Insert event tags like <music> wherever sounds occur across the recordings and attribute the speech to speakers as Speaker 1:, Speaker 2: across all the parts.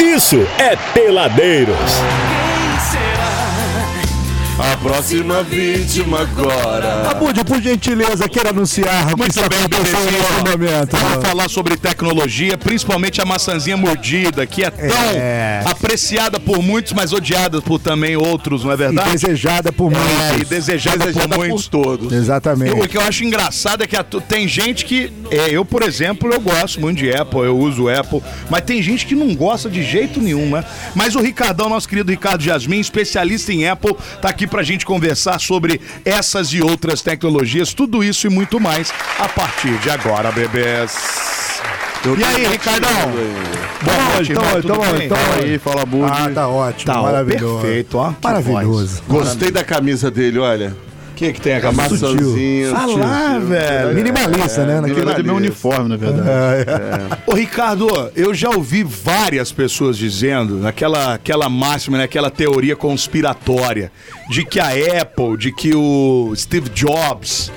Speaker 1: isso é Peladeiros.
Speaker 2: A próxima vítima agora.
Speaker 3: Abud, por gentileza, queira anunciar o que
Speaker 4: Muito
Speaker 3: está
Speaker 4: bem,
Speaker 3: acontecendo
Speaker 4: BBC,
Speaker 3: nesse
Speaker 4: ó. Tá
Speaker 3: momento.
Speaker 4: Vamos falar sobre tecnologia, principalmente a maçãzinha mordida, que é tão
Speaker 3: É.
Speaker 4: apreciada por muitos, mas odiada por também outros, não é
Speaker 3: E
Speaker 4: verdade?
Speaker 3: desejada Tá
Speaker 4: É,
Speaker 3: por muitos.
Speaker 4: e desejada,
Speaker 2: Desejada
Speaker 4: por
Speaker 2: por,
Speaker 4: muitos.
Speaker 2: todos.
Speaker 3: Exatamente.
Speaker 4: Eu- o que eu acho engraçado é que a tu- tem gente que. é, eu, por exemplo, eu gosto muito de Apple, eu uso Apple, mas tem gente que não gosta de jeito nenhum, né? Mas o Ricardão, nosso querido Ricardo Jasmin, especialista em Apple, tá aqui pra gente conversar sobre essas e outras tecnologias, tudo isso e muito mais a partir de agora, bebês.
Speaker 2: Eu
Speaker 4: E
Speaker 2: tô
Speaker 4: aí,
Speaker 2: curtindo
Speaker 4: Ricardão?
Speaker 2: aí.
Speaker 4: Boa
Speaker 3: Então,
Speaker 4: noite,
Speaker 3: então,
Speaker 4: irmão, tudo
Speaker 3: então,
Speaker 4: bem?
Speaker 3: então.
Speaker 2: Aí, fala Budi.
Speaker 3: Ah, tá ótimo.
Speaker 4: Tá, ó,
Speaker 3: maravilhoso.
Speaker 4: perfeito, ó. Que
Speaker 3: Maravilhoso.
Speaker 2: Gostei da camisa dele, olha.
Speaker 4: Quem é que tem a
Speaker 2: A
Speaker 4: camisa?
Speaker 2: maçãzinha. É,
Speaker 4: Ah
Speaker 2: tio.
Speaker 4: lá,
Speaker 3: Minimalista, né?
Speaker 4: velho. É,
Speaker 2: minimalista.
Speaker 3: Naquele...
Speaker 2: Verdade, meu uniforme,
Speaker 5: na verdade.
Speaker 4: Ô, Ricardo, eu já ouvi várias pessoas dizendo aquela, aquela máxima, né, aquela teoria conspiratória de que a Apple, de que o Steve Jobs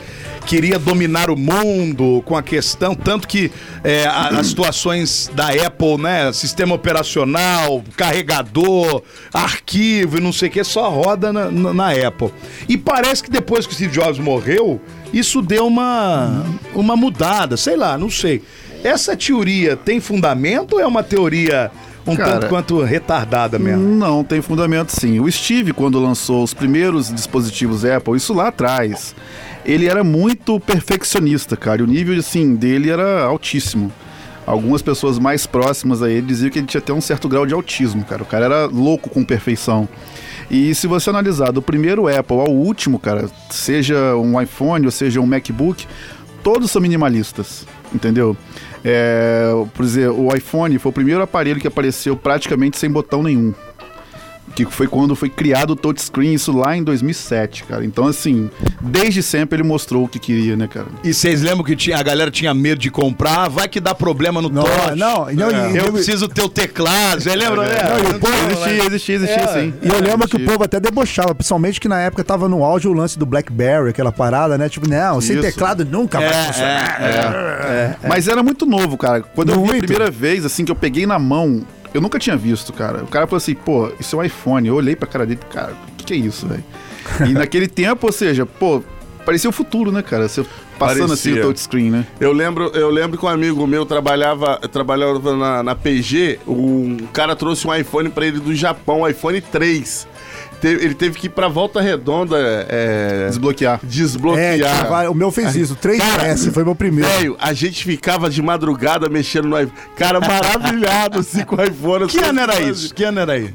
Speaker 4: queria dominar o mundo com a questão, tanto que é, a- as situações da Apple, né, sistema operacional, carregador, arquivo e não sei o que, só roda na, na- na Apple. E parece que depois que o Steve Jobs morreu, isso deu uma, uma mudada, sei lá, não sei. Essa teoria tem fundamento ou é uma teoria um
Speaker 5: Cara,
Speaker 4: tanto quanto retardada mesmo?
Speaker 5: Não, tem fundamento sim. O Steve, quando lançou os primeiros dispositivos Apple, isso lá atrás, ele era muito perfeccionista, cara. E o nível assim, dele era altíssimo. Algumas pessoas mais próximas a ele diziam que ele tinha até um certo grau de autismo, cara. O cara era louco com perfeição. E se você analisar do primeiro Apple ao último, cara, seja um iPhone ou seja um MacBook, todos são minimalistas, entendeu? É, por dizer, o iPhone foi o primeiro aparelho que apareceu praticamente sem botão nenhum. Que foi quando foi criado o touchscreen, isso lá em 2007, cara. Então, assim, desde sempre ele mostrou o que queria, né, cara?
Speaker 4: E vocês lembram que tinha- a galera tinha medo de comprar? Vai que dá problema no É.
Speaker 3: Não,
Speaker 4: touch.
Speaker 3: não, não, e-
Speaker 4: Eu
Speaker 3: e-
Speaker 4: preciso ter o teclado, você lembra, né?
Speaker 3: Não, É, e o povo
Speaker 5: Existia, existia, existia, sim.
Speaker 3: E eu lembro que o
Speaker 5: Existia.
Speaker 3: povo até debochava, principalmente que na época tava no auge o lance do Blackberry, aquela parada, né? Tipo, não, sem
Speaker 5: Isso.
Speaker 3: teclado nunca
Speaker 4: É,
Speaker 3: vai funcionar.
Speaker 5: Mas era muito novo, cara. Quando eu vi a
Speaker 3: Muito.
Speaker 5: primeira vez, assim, que eu peguei na mão, eu nunca tinha visto, cara. O cara falou assim, pô, isso é um iPhone. Eu olhei pra cara dele, cara, o que, que é isso, velho?
Speaker 3: <laughs>
Speaker 5: E naquele tempo, ou seja, pô, parecia o futuro, né, cara? Você passando assim o
Speaker 2: Parecia.
Speaker 5: touchscreen, né?
Speaker 2: Eu lembro, eu lembro que um amigo meu trabalhava, trabalhava na, na PG, um cara trouxe um iPhone pra ele do Japão, um iPhone 3. Te- ele teve que ir pra Volta Redonda é,
Speaker 5: Desbloquear.
Speaker 3: É, tinha
Speaker 2: desbloquear.
Speaker 3: vários- o meu fez isso, o 3S foi meu primeiro.
Speaker 2: Velho, a gente ficava de madrugada mexendo no iPhone. Cara, maravilhado assim com o iPhone.
Speaker 4: Que ano era isso? Que ano era aí?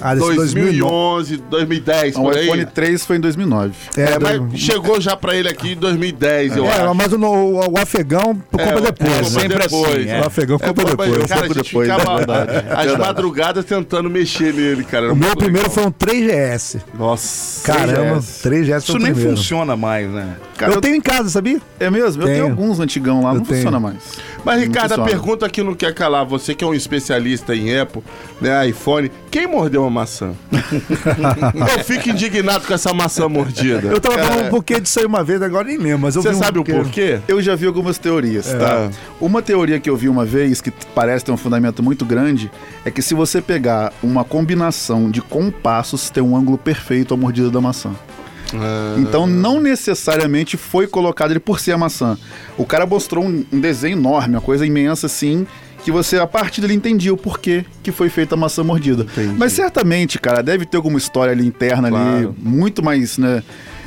Speaker 3: Ah, desse
Speaker 4: um.
Speaker 3: 2009.
Speaker 2: 2011, 2010,
Speaker 5: O
Speaker 2: por aí.
Speaker 5: É um iPhone 3 foi em 2009.
Speaker 2: É,
Speaker 3: É, dois-
Speaker 2: mas chegou já pra ele aqui em 2010, eu
Speaker 3: é,
Speaker 2: acho.
Speaker 3: mas o, o, o afegão compra
Speaker 2: é,
Speaker 3: depois. né?
Speaker 4: sempre assim, é.
Speaker 3: O afegão compra
Speaker 2: mas,
Speaker 3: depois.
Speaker 2: Cara, a
Speaker 5: pouco
Speaker 2: gente
Speaker 5: depois,
Speaker 2: ficava
Speaker 5: é verdade, é
Speaker 2: as
Speaker 5: verdade.
Speaker 2: madrugadas tentando mexer nele, cara. Era
Speaker 3: O meu
Speaker 2: muito
Speaker 3: primeiro
Speaker 2: legal.
Speaker 3: foi um 3GS.
Speaker 2: Nossa. é."
Speaker 3: Caramba, 3GS foi
Speaker 4: Isso
Speaker 3: o
Speaker 4: nem
Speaker 3: primeiro.
Speaker 4: funciona mais, né?
Speaker 5: Cara,
Speaker 3: eu tenho em casa, sabia?
Speaker 5: É mesmo? Eu
Speaker 3: Tenho.
Speaker 5: tenho alguns antigão lá,
Speaker 3: Eu
Speaker 5: não
Speaker 3: tenho.
Speaker 5: funciona mais.
Speaker 2: Mas,
Speaker 5: Não
Speaker 2: Ricardo, a
Speaker 5: funciona.
Speaker 2: pergunta que não quer calar, você que é um especialista em Apple, né, iPhone, quem mordeu uma maçã? eu fico indignado com essa maçã mordida.
Speaker 3: Eu tava falando um pouquinho disso aí uma vez, agora nem lembro, mas eu
Speaker 2: Você
Speaker 3: vi um
Speaker 2: sabe o porquê?
Speaker 5: Eu já vi algumas teorias, tá? Uma teoria que eu vi uma vez, que parece ter um fundamento muito grande, é que se você pegar uma combinação de compassos, tem um ângulo perfeito à mordida da maçã. Então não necessariamente foi colocado ele por ser a maçã. O cara mostrou um, um desenho enorme, uma coisa imensa assim, que você a partir dele entendia o porquê que foi feita a maçã mordida. Mas certamente, cara, deve ter alguma história ali interna ali
Speaker 2: Claro.
Speaker 5: muito mais, né?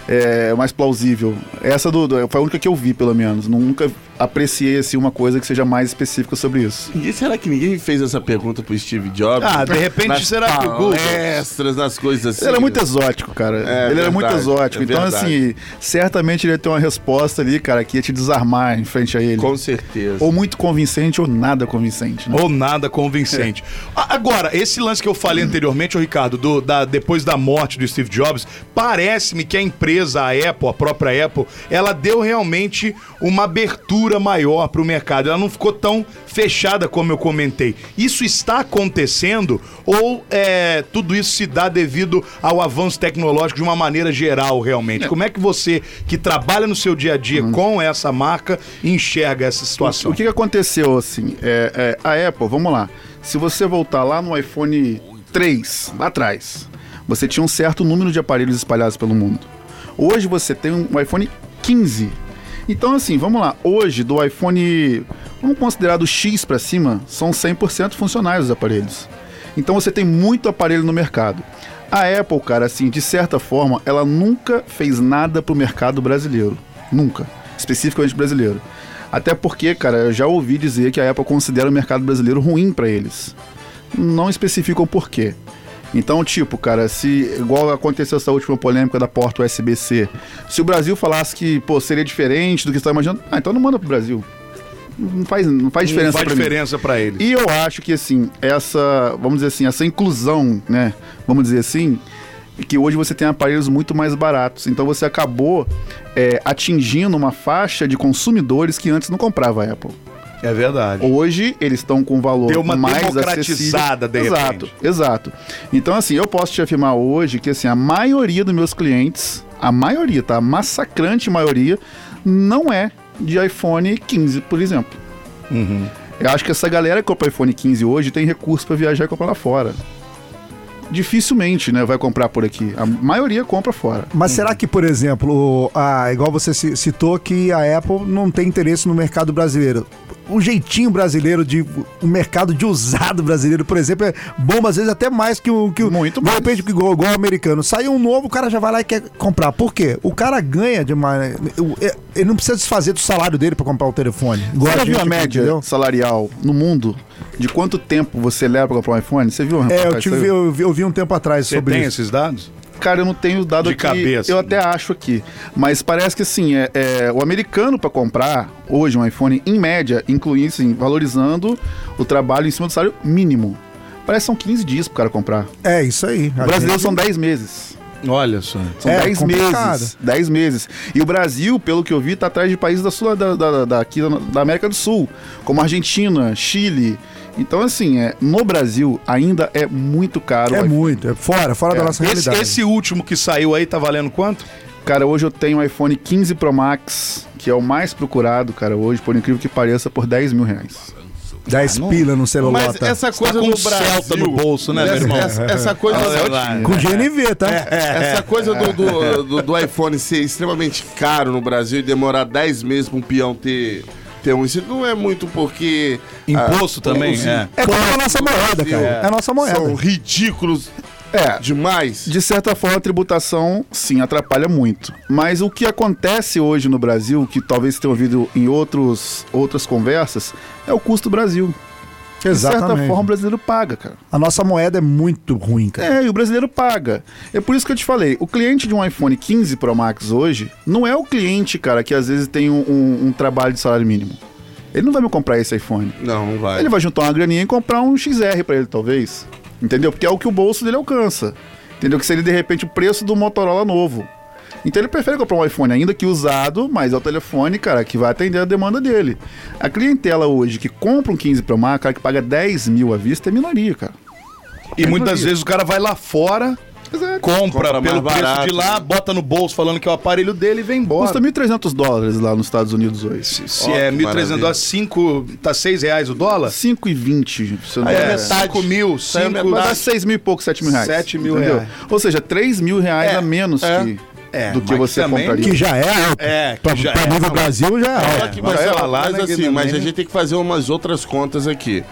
Speaker 5: é, mais plausível. Essa do, do- foi a única que eu vi, pelo menos. Nunca apreciei assim, uma coisa que seja mais específica sobre isso.
Speaker 2: E será que ninguém fez essa pergunta pro Steve Jobs?
Speaker 4: Ah, de repente,
Speaker 2: Nas
Speaker 4: será que o Google-
Speaker 2: palestras, nas coisas assim.
Speaker 5: Ele era muito exótico, cara.
Speaker 2: É,
Speaker 5: ele era muito
Speaker 2: verdade,
Speaker 5: exótico.
Speaker 2: é
Speaker 5: então,
Speaker 2: verdade.
Speaker 5: assim, certamente ele ia ter uma resposta ali, cara, que ia te desarmar em frente a ele.
Speaker 2: Com certeza.
Speaker 5: Ou muito convincente ou nada convincente, né?
Speaker 4: Ou nada
Speaker 5: <laughs>
Speaker 4: convincente. A- Agora, esse lance que eu falei anteriormente, ô Ricardo, do- da- depois da morte do Steve Jobs, parece-me que a empresa, a Apple, a própria Apple, ela deu realmente uma abertura maior para o mercado. Ela não ficou tão fechada como eu comentei. Isso está acontecendo ou é, tudo isso se dá devido ao avanço tecnológico de uma maneira geral, realmente? Como é que você, que trabalha no seu dia a dia
Speaker 5: Uhum.
Speaker 4: com essa marca, enxerga essa situação?
Speaker 5: O que que aconteceu, assim? É, é, a Apple, vamos lá. Se você voltar lá no iPhone 3, lá atrás, você tinha um certo número de aparelhos espalhados pelo mundo. Hoje você tem um iPhone 15. Então, assim, vamos lá. Hoje, do iPhone, vamos considerar do X para cima, são 100% funcionais os aparelhos. Então você tem muito aparelho no mercado. A Apple, cara, assim, de certa forma, ela nunca fez nada pro mercado brasileiro. Nunca. Especificamente brasileiro. Até porque, cara, eu já ouvi dizer que a Apple considera o mercado brasileiro ruim pra eles. Não especificam por quê. Então, tipo, cara, se igual aconteceu essa última polêmica da porta USB-C, se o Brasil falasse que, pô, seria diferente do que você tá imaginando, ah, então não manda pro Brasil. Não faz, não faz
Speaker 4: Não
Speaker 5: diferença
Speaker 4: faz
Speaker 5: pra mim.
Speaker 4: diferença pra ele.
Speaker 5: E eu acho que assim, essa, vamos dizer assim, essa inclusão, né? Vamos dizer assim, que hoje você tem aparelhos muito mais baratos. Então você acabou é, atingindo uma faixa de consumidores que antes não comprava a Apple.
Speaker 4: É verdade.
Speaker 5: Hoje eles estão com um valor
Speaker 4: Deu uma
Speaker 5: mais
Speaker 4: democratizada,
Speaker 5: acessível.
Speaker 4: de
Speaker 5: Exato,
Speaker 4: repente.
Speaker 5: exato. Então assim, eu posso te afirmar hoje que assim, a maioria dos meus clientes, a maioria, tá? A massacrante maioria não é de iPhone 15, por exemplo.
Speaker 4: Uhum.
Speaker 5: Eu acho que essa galera que compra iPhone 15 hoje tem recurso pra viajar e comprar lá fora. Dificilmente, né, vai comprar por aqui. A maioria compra fora.
Speaker 3: Mas será que, por exemplo, o- ah, igual você ci- citou que a Apple não tem interesse no mercado brasileiro? O jeitinho brasileiro de. O mercado de usado brasileiro, por exemplo, é bom, às vezes até mais que o. Que o
Speaker 5: Muito
Speaker 3: de
Speaker 5: mais.
Speaker 3: repente, igual, igual o americano. Sai um novo, o cara já vai lá e quer comprar. Por quê? O cara ganha de uma. eu- é- Ele não precisa desfazer do salário dele pra comprar o telefone. Igual
Speaker 5: Você já
Speaker 3: gente
Speaker 5: viu a
Speaker 3: aqui,
Speaker 5: média
Speaker 3: entendeu?
Speaker 5: salarial no mundo? De quanto tempo você leva pra comprar um iPhone? Você viu?
Speaker 3: É, eu,
Speaker 5: rapaz?
Speaker 3: tive,
Speaker 5: Saiu?
Speaker 3: eu, vi, eu vi um tempo atrás
Speaker 4: Você
Speaker 3: sobre
Speaker 4: tem
Speaker 3: isso.
Speaker 4: esses dados?
Speaker 5: Cara, eu não tenho dado
Speaker 4: De
Speaker 5: aqui.
Speaker 4: cabeça,
Speaker 5: eu
Speaker 4: né?
Speaker 5: até acho aqui. Mas parece que assim, é, é, o americano pra comprar hoje um iPhone, em média, incluindo, assim, valorizando o trabalho em cima do salário mínimo. Parece que são 15 dias pro cara comprar.
Speaker 3: É, isso aí.
Speaker 5: O
Speaker 3: A
Speaker 5: brasileiro
Speaker 3: gente-
Speaker 5: são 10 meses.
Speaker 4: Olha só.
Speaker 5: São
Speaker 3: É,
Speaker 5: 10
Speaker 3: complicado.
Speaker 5: meses. 10 meses. E o Brasil, pelo que eu vi, tá atrás de países da, sul, da, da, da- aqui da- da América do Sul, como Argentina, Chile. Então, assim, é, no Brasil ainda é muito caro. o
Speaker 3: É
Speaker 5: iPhone.
Speaker 3: muito, é fora, fora da nossa
Speaker 4: Esse,
Speaker 3: realidade.
Speaker 4: esse último que saiu aí tá valendo quanto?
Speaker 5: Cara, hoje eu tenho o iPhone 15 Pro Max, que é o mais procurado, cara, hoje, por incrível que pareça, por 10 mil reais. Ah,
Speaker 3: 10 pila no celular. tá?
Speaker 2: Mas essa coisa
Speaker 4: com
Speaker 2: no
Speaker 4: um Celta
Speaker 2: Brasil...
Speaker 4: no bolso, né, meu
Speaker 2: essa, é
Speaker 4: irmão? é
Speaker 2: Essa, essa coisa...
Speaker 3: Com GNV, tá?
Speaker 2: Essa coisa do, do, do- do iPhone ser extremamente caro no Brasil e demorar 10 meses pra um peão ter, ter um, isso não é muito porque.
Speaker 4: Ah, Imposto também,
Speaker 2: os
Speaker 4: é.
Speaker 3: É como a nossa moeda,
Speaker 2: Brasil
Speaker 3: cara. É a nossa
Speaker 2: ah, São
Speaker 3: moeda.
Speaker 2: ridículos
Speaker 5: É,
Speaker 2: demais.
Speaker 5: De certa forma, a tributação, sim, atrapalha muito. Mas o que acontece hoje no Brasil, que talvez você tenha ouvido em outros, outras conversas, é o custo do Brasil. De certa
Speaker 3: Exatamente.
Speaker 5: forma, o brasileiro paga, cara.
Speaker 3: A nossa moeda é muito ruim, cara.
Speaker 5: É, e o brasileiro paga. É por isso que eu te falei, o cliente de um iPhone 15 Pro Max hoje não é o cliente, cara, que às vezes tem um, um- um trabalho de salário mínimo. Ele não vai me comprar esse iPhone.
Speaker 2: Não, não vai.
Speaker 5: Ele vai juntar uma graninha e comprar um XR pra ele, talvez. Entendeu? Porque é o que o bolso dele alcança. Entendeu? Que seria, de repente, o preço do Motorola novo. Então ele prefere comprar um iPhone, ainda que usado, mas é o telefone, cara, que vai atender a demanda dele. A clientela hoje que compra um 15 Pro Max, cara, que paga 10 mil à vista, é minoria, cara.
Speaker 4: E muitas vezes o cara vai lá fora, compra,
Speaker 2: É Compra mais
Speaker 4: pelo preço
Speaker 2: barato. né?
Speaker 4: de lá, bota no bolso falando que é o aparelho dele e vem embora.
Speaker 5: Custa 1.300 dólares lá nos Estados Unidos hoje.
Speaker 4: Se
Speaker 2: Ó,
Speaker 4: é
Speaker 2: que
Speaker 4: 1.300 dólares, 5, tá 6 reais o dólar?
Speaker 5: 5,20, se eu não
Speaker 4: É,
Speaker 5: me engano.
Speaker 2: metade. é
Speaker 4: 5 mil,
Speaker 2: Saiu
Speaker 4: 5
Speaker 5: Mas dá 6 mil e pouco, 7 mil reais.
Speaker 4: 7 é mil reais.
Speaker 5: Ou seja, 3 mil reais a menos
Speaker 4: é.
Speaker 5: que-
Speaker 4: É,
Speaker 5: do que
Speaker 4: mas
Speaker 5: você
Speaker 4: também-
Speaker 5: compraria.
Speaker 3: Que já é alto.
Speaker 4: É, que
Speaker 3: pra,
Speaker 4: já
Speaker 3: pra
Speaker 4: é.
Speaker 3: mim do Brasil já é
Speaker 2: Só
Speaker 3: alto.
Speaker 2: que,
Speaker 4: vai
Speaker 2: Marcelo,
Speaker 4: falar lá,
Speaker 2: mas
Speaker 4: né, que
Speaker 2: assim,
Speaker 4: também,
Speaker 2: mas a
Speaker 4: né?
Speaker 2: gente tem que fazer umas outras contas aqui.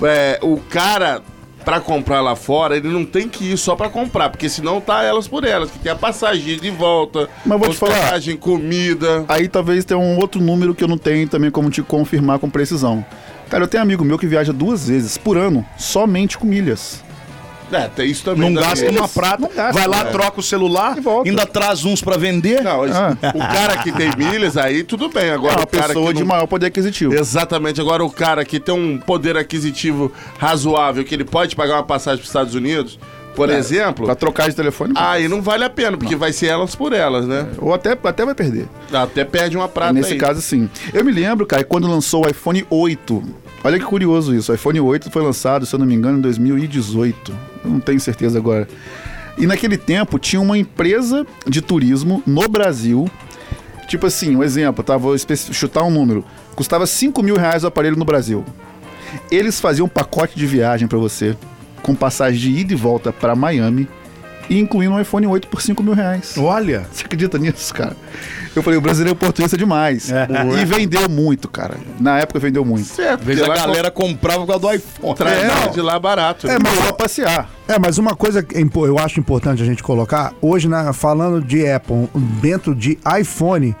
Speaker 2: É, o cara, pra comprar lá fora, ele não tem que ir só pra comprar, porque senão tá elas por elas, que tem a passagem de volta,
Speaker 5: Mas vou te falar-
Speaker 2: hospedagem, comida.
Speaker 5: Aí talvez tenha um outro número que eu não tenho também como te confirmar com precisão. Cara, eu tenho amigo meu que viaja duas vezes por ano, somente com milhas.
Speaker 2: É, tem isso também.
Speaker 4: Não
Speaker 2: dá
Speaker 4: gasta
Speaker 2: medo.
Speaker 4: uma prata,
Speaker 5: gasta,
Speaker 4: vai lá,
Speaker 5: né?
Speaker 4: troca o celular,
Speaker 5: E volta.
Speaker 4: ainda traz uns pra vender.
Speaker 2: É. Não, isso- o cara que tem milhas, aí tudo bem.
Speaker 5: Ah. É
Speaker 2: Agora
Speaker 5: uma
Speaker 2: o cara
Speaker 5: pessoa
Speaker 2: que
Speaker 5: de
Speaker 2: não
Speaker 5: maior poder aquisitivo.
Speaker 2: Exatamente. Agora, o cara que tem um poder aquisitivo razoável, que ele pode pagar uma passagem para os Estados Unidos, por exemplo,
Speaker 5: É. Pra trocar de telefone,
Speaker 2: aí não vale a pena, porque vai ser elas por elas, né?
Speaker 5: ou até, até vai perder.
Speaker 2: Até perde uma prata
Speaker 5: É. Nesse
Speaker 2: aí.
Speaker 5: caso, sim. Eu me lembro, cara, quando lançou o iPhone 8. Olha que curioso isso. O iPhone 8 foi lançado, se eu não me engano, em 2018. Eu não tenho certeza agora. E naquele tempo tinha uma empresa de turismo no Brasil. Tipo assim, um exemplo, tá? Vou espe- chutar um número. Custava 5 mil reais o aparelho no Brasil. Eles faziam um pacote de viagem pra você, com passagem de ida e volta pra Miami, e incluindo um iPhone 8 por 5 mil reais.
Speaker 4: Olha.
Speaker 5: Você acredita nisso, cara? Eu falei, o brasileiro é oportunista demais. E vendeu muito, cara. Na época vendeu muito.
Speaker 2: Certo,
Speaker 4: Veja,
Speaker 2: de
Speaker 4: a
Speaker 2: lá
Speaker 4: galera comprava por causa do iPhone.
Speaker 2: tra-
Speaker 5: É,
Speaker 2: não,
Speaker 5: não.
Speaker 2: de lá barato.
Speaker 5: É, mas pra passear.
Speaker 3: É, mas uma coisa que é impo- eu acho importante a gente colocar, hoje, na- falando de Apple, dentro de iPhone,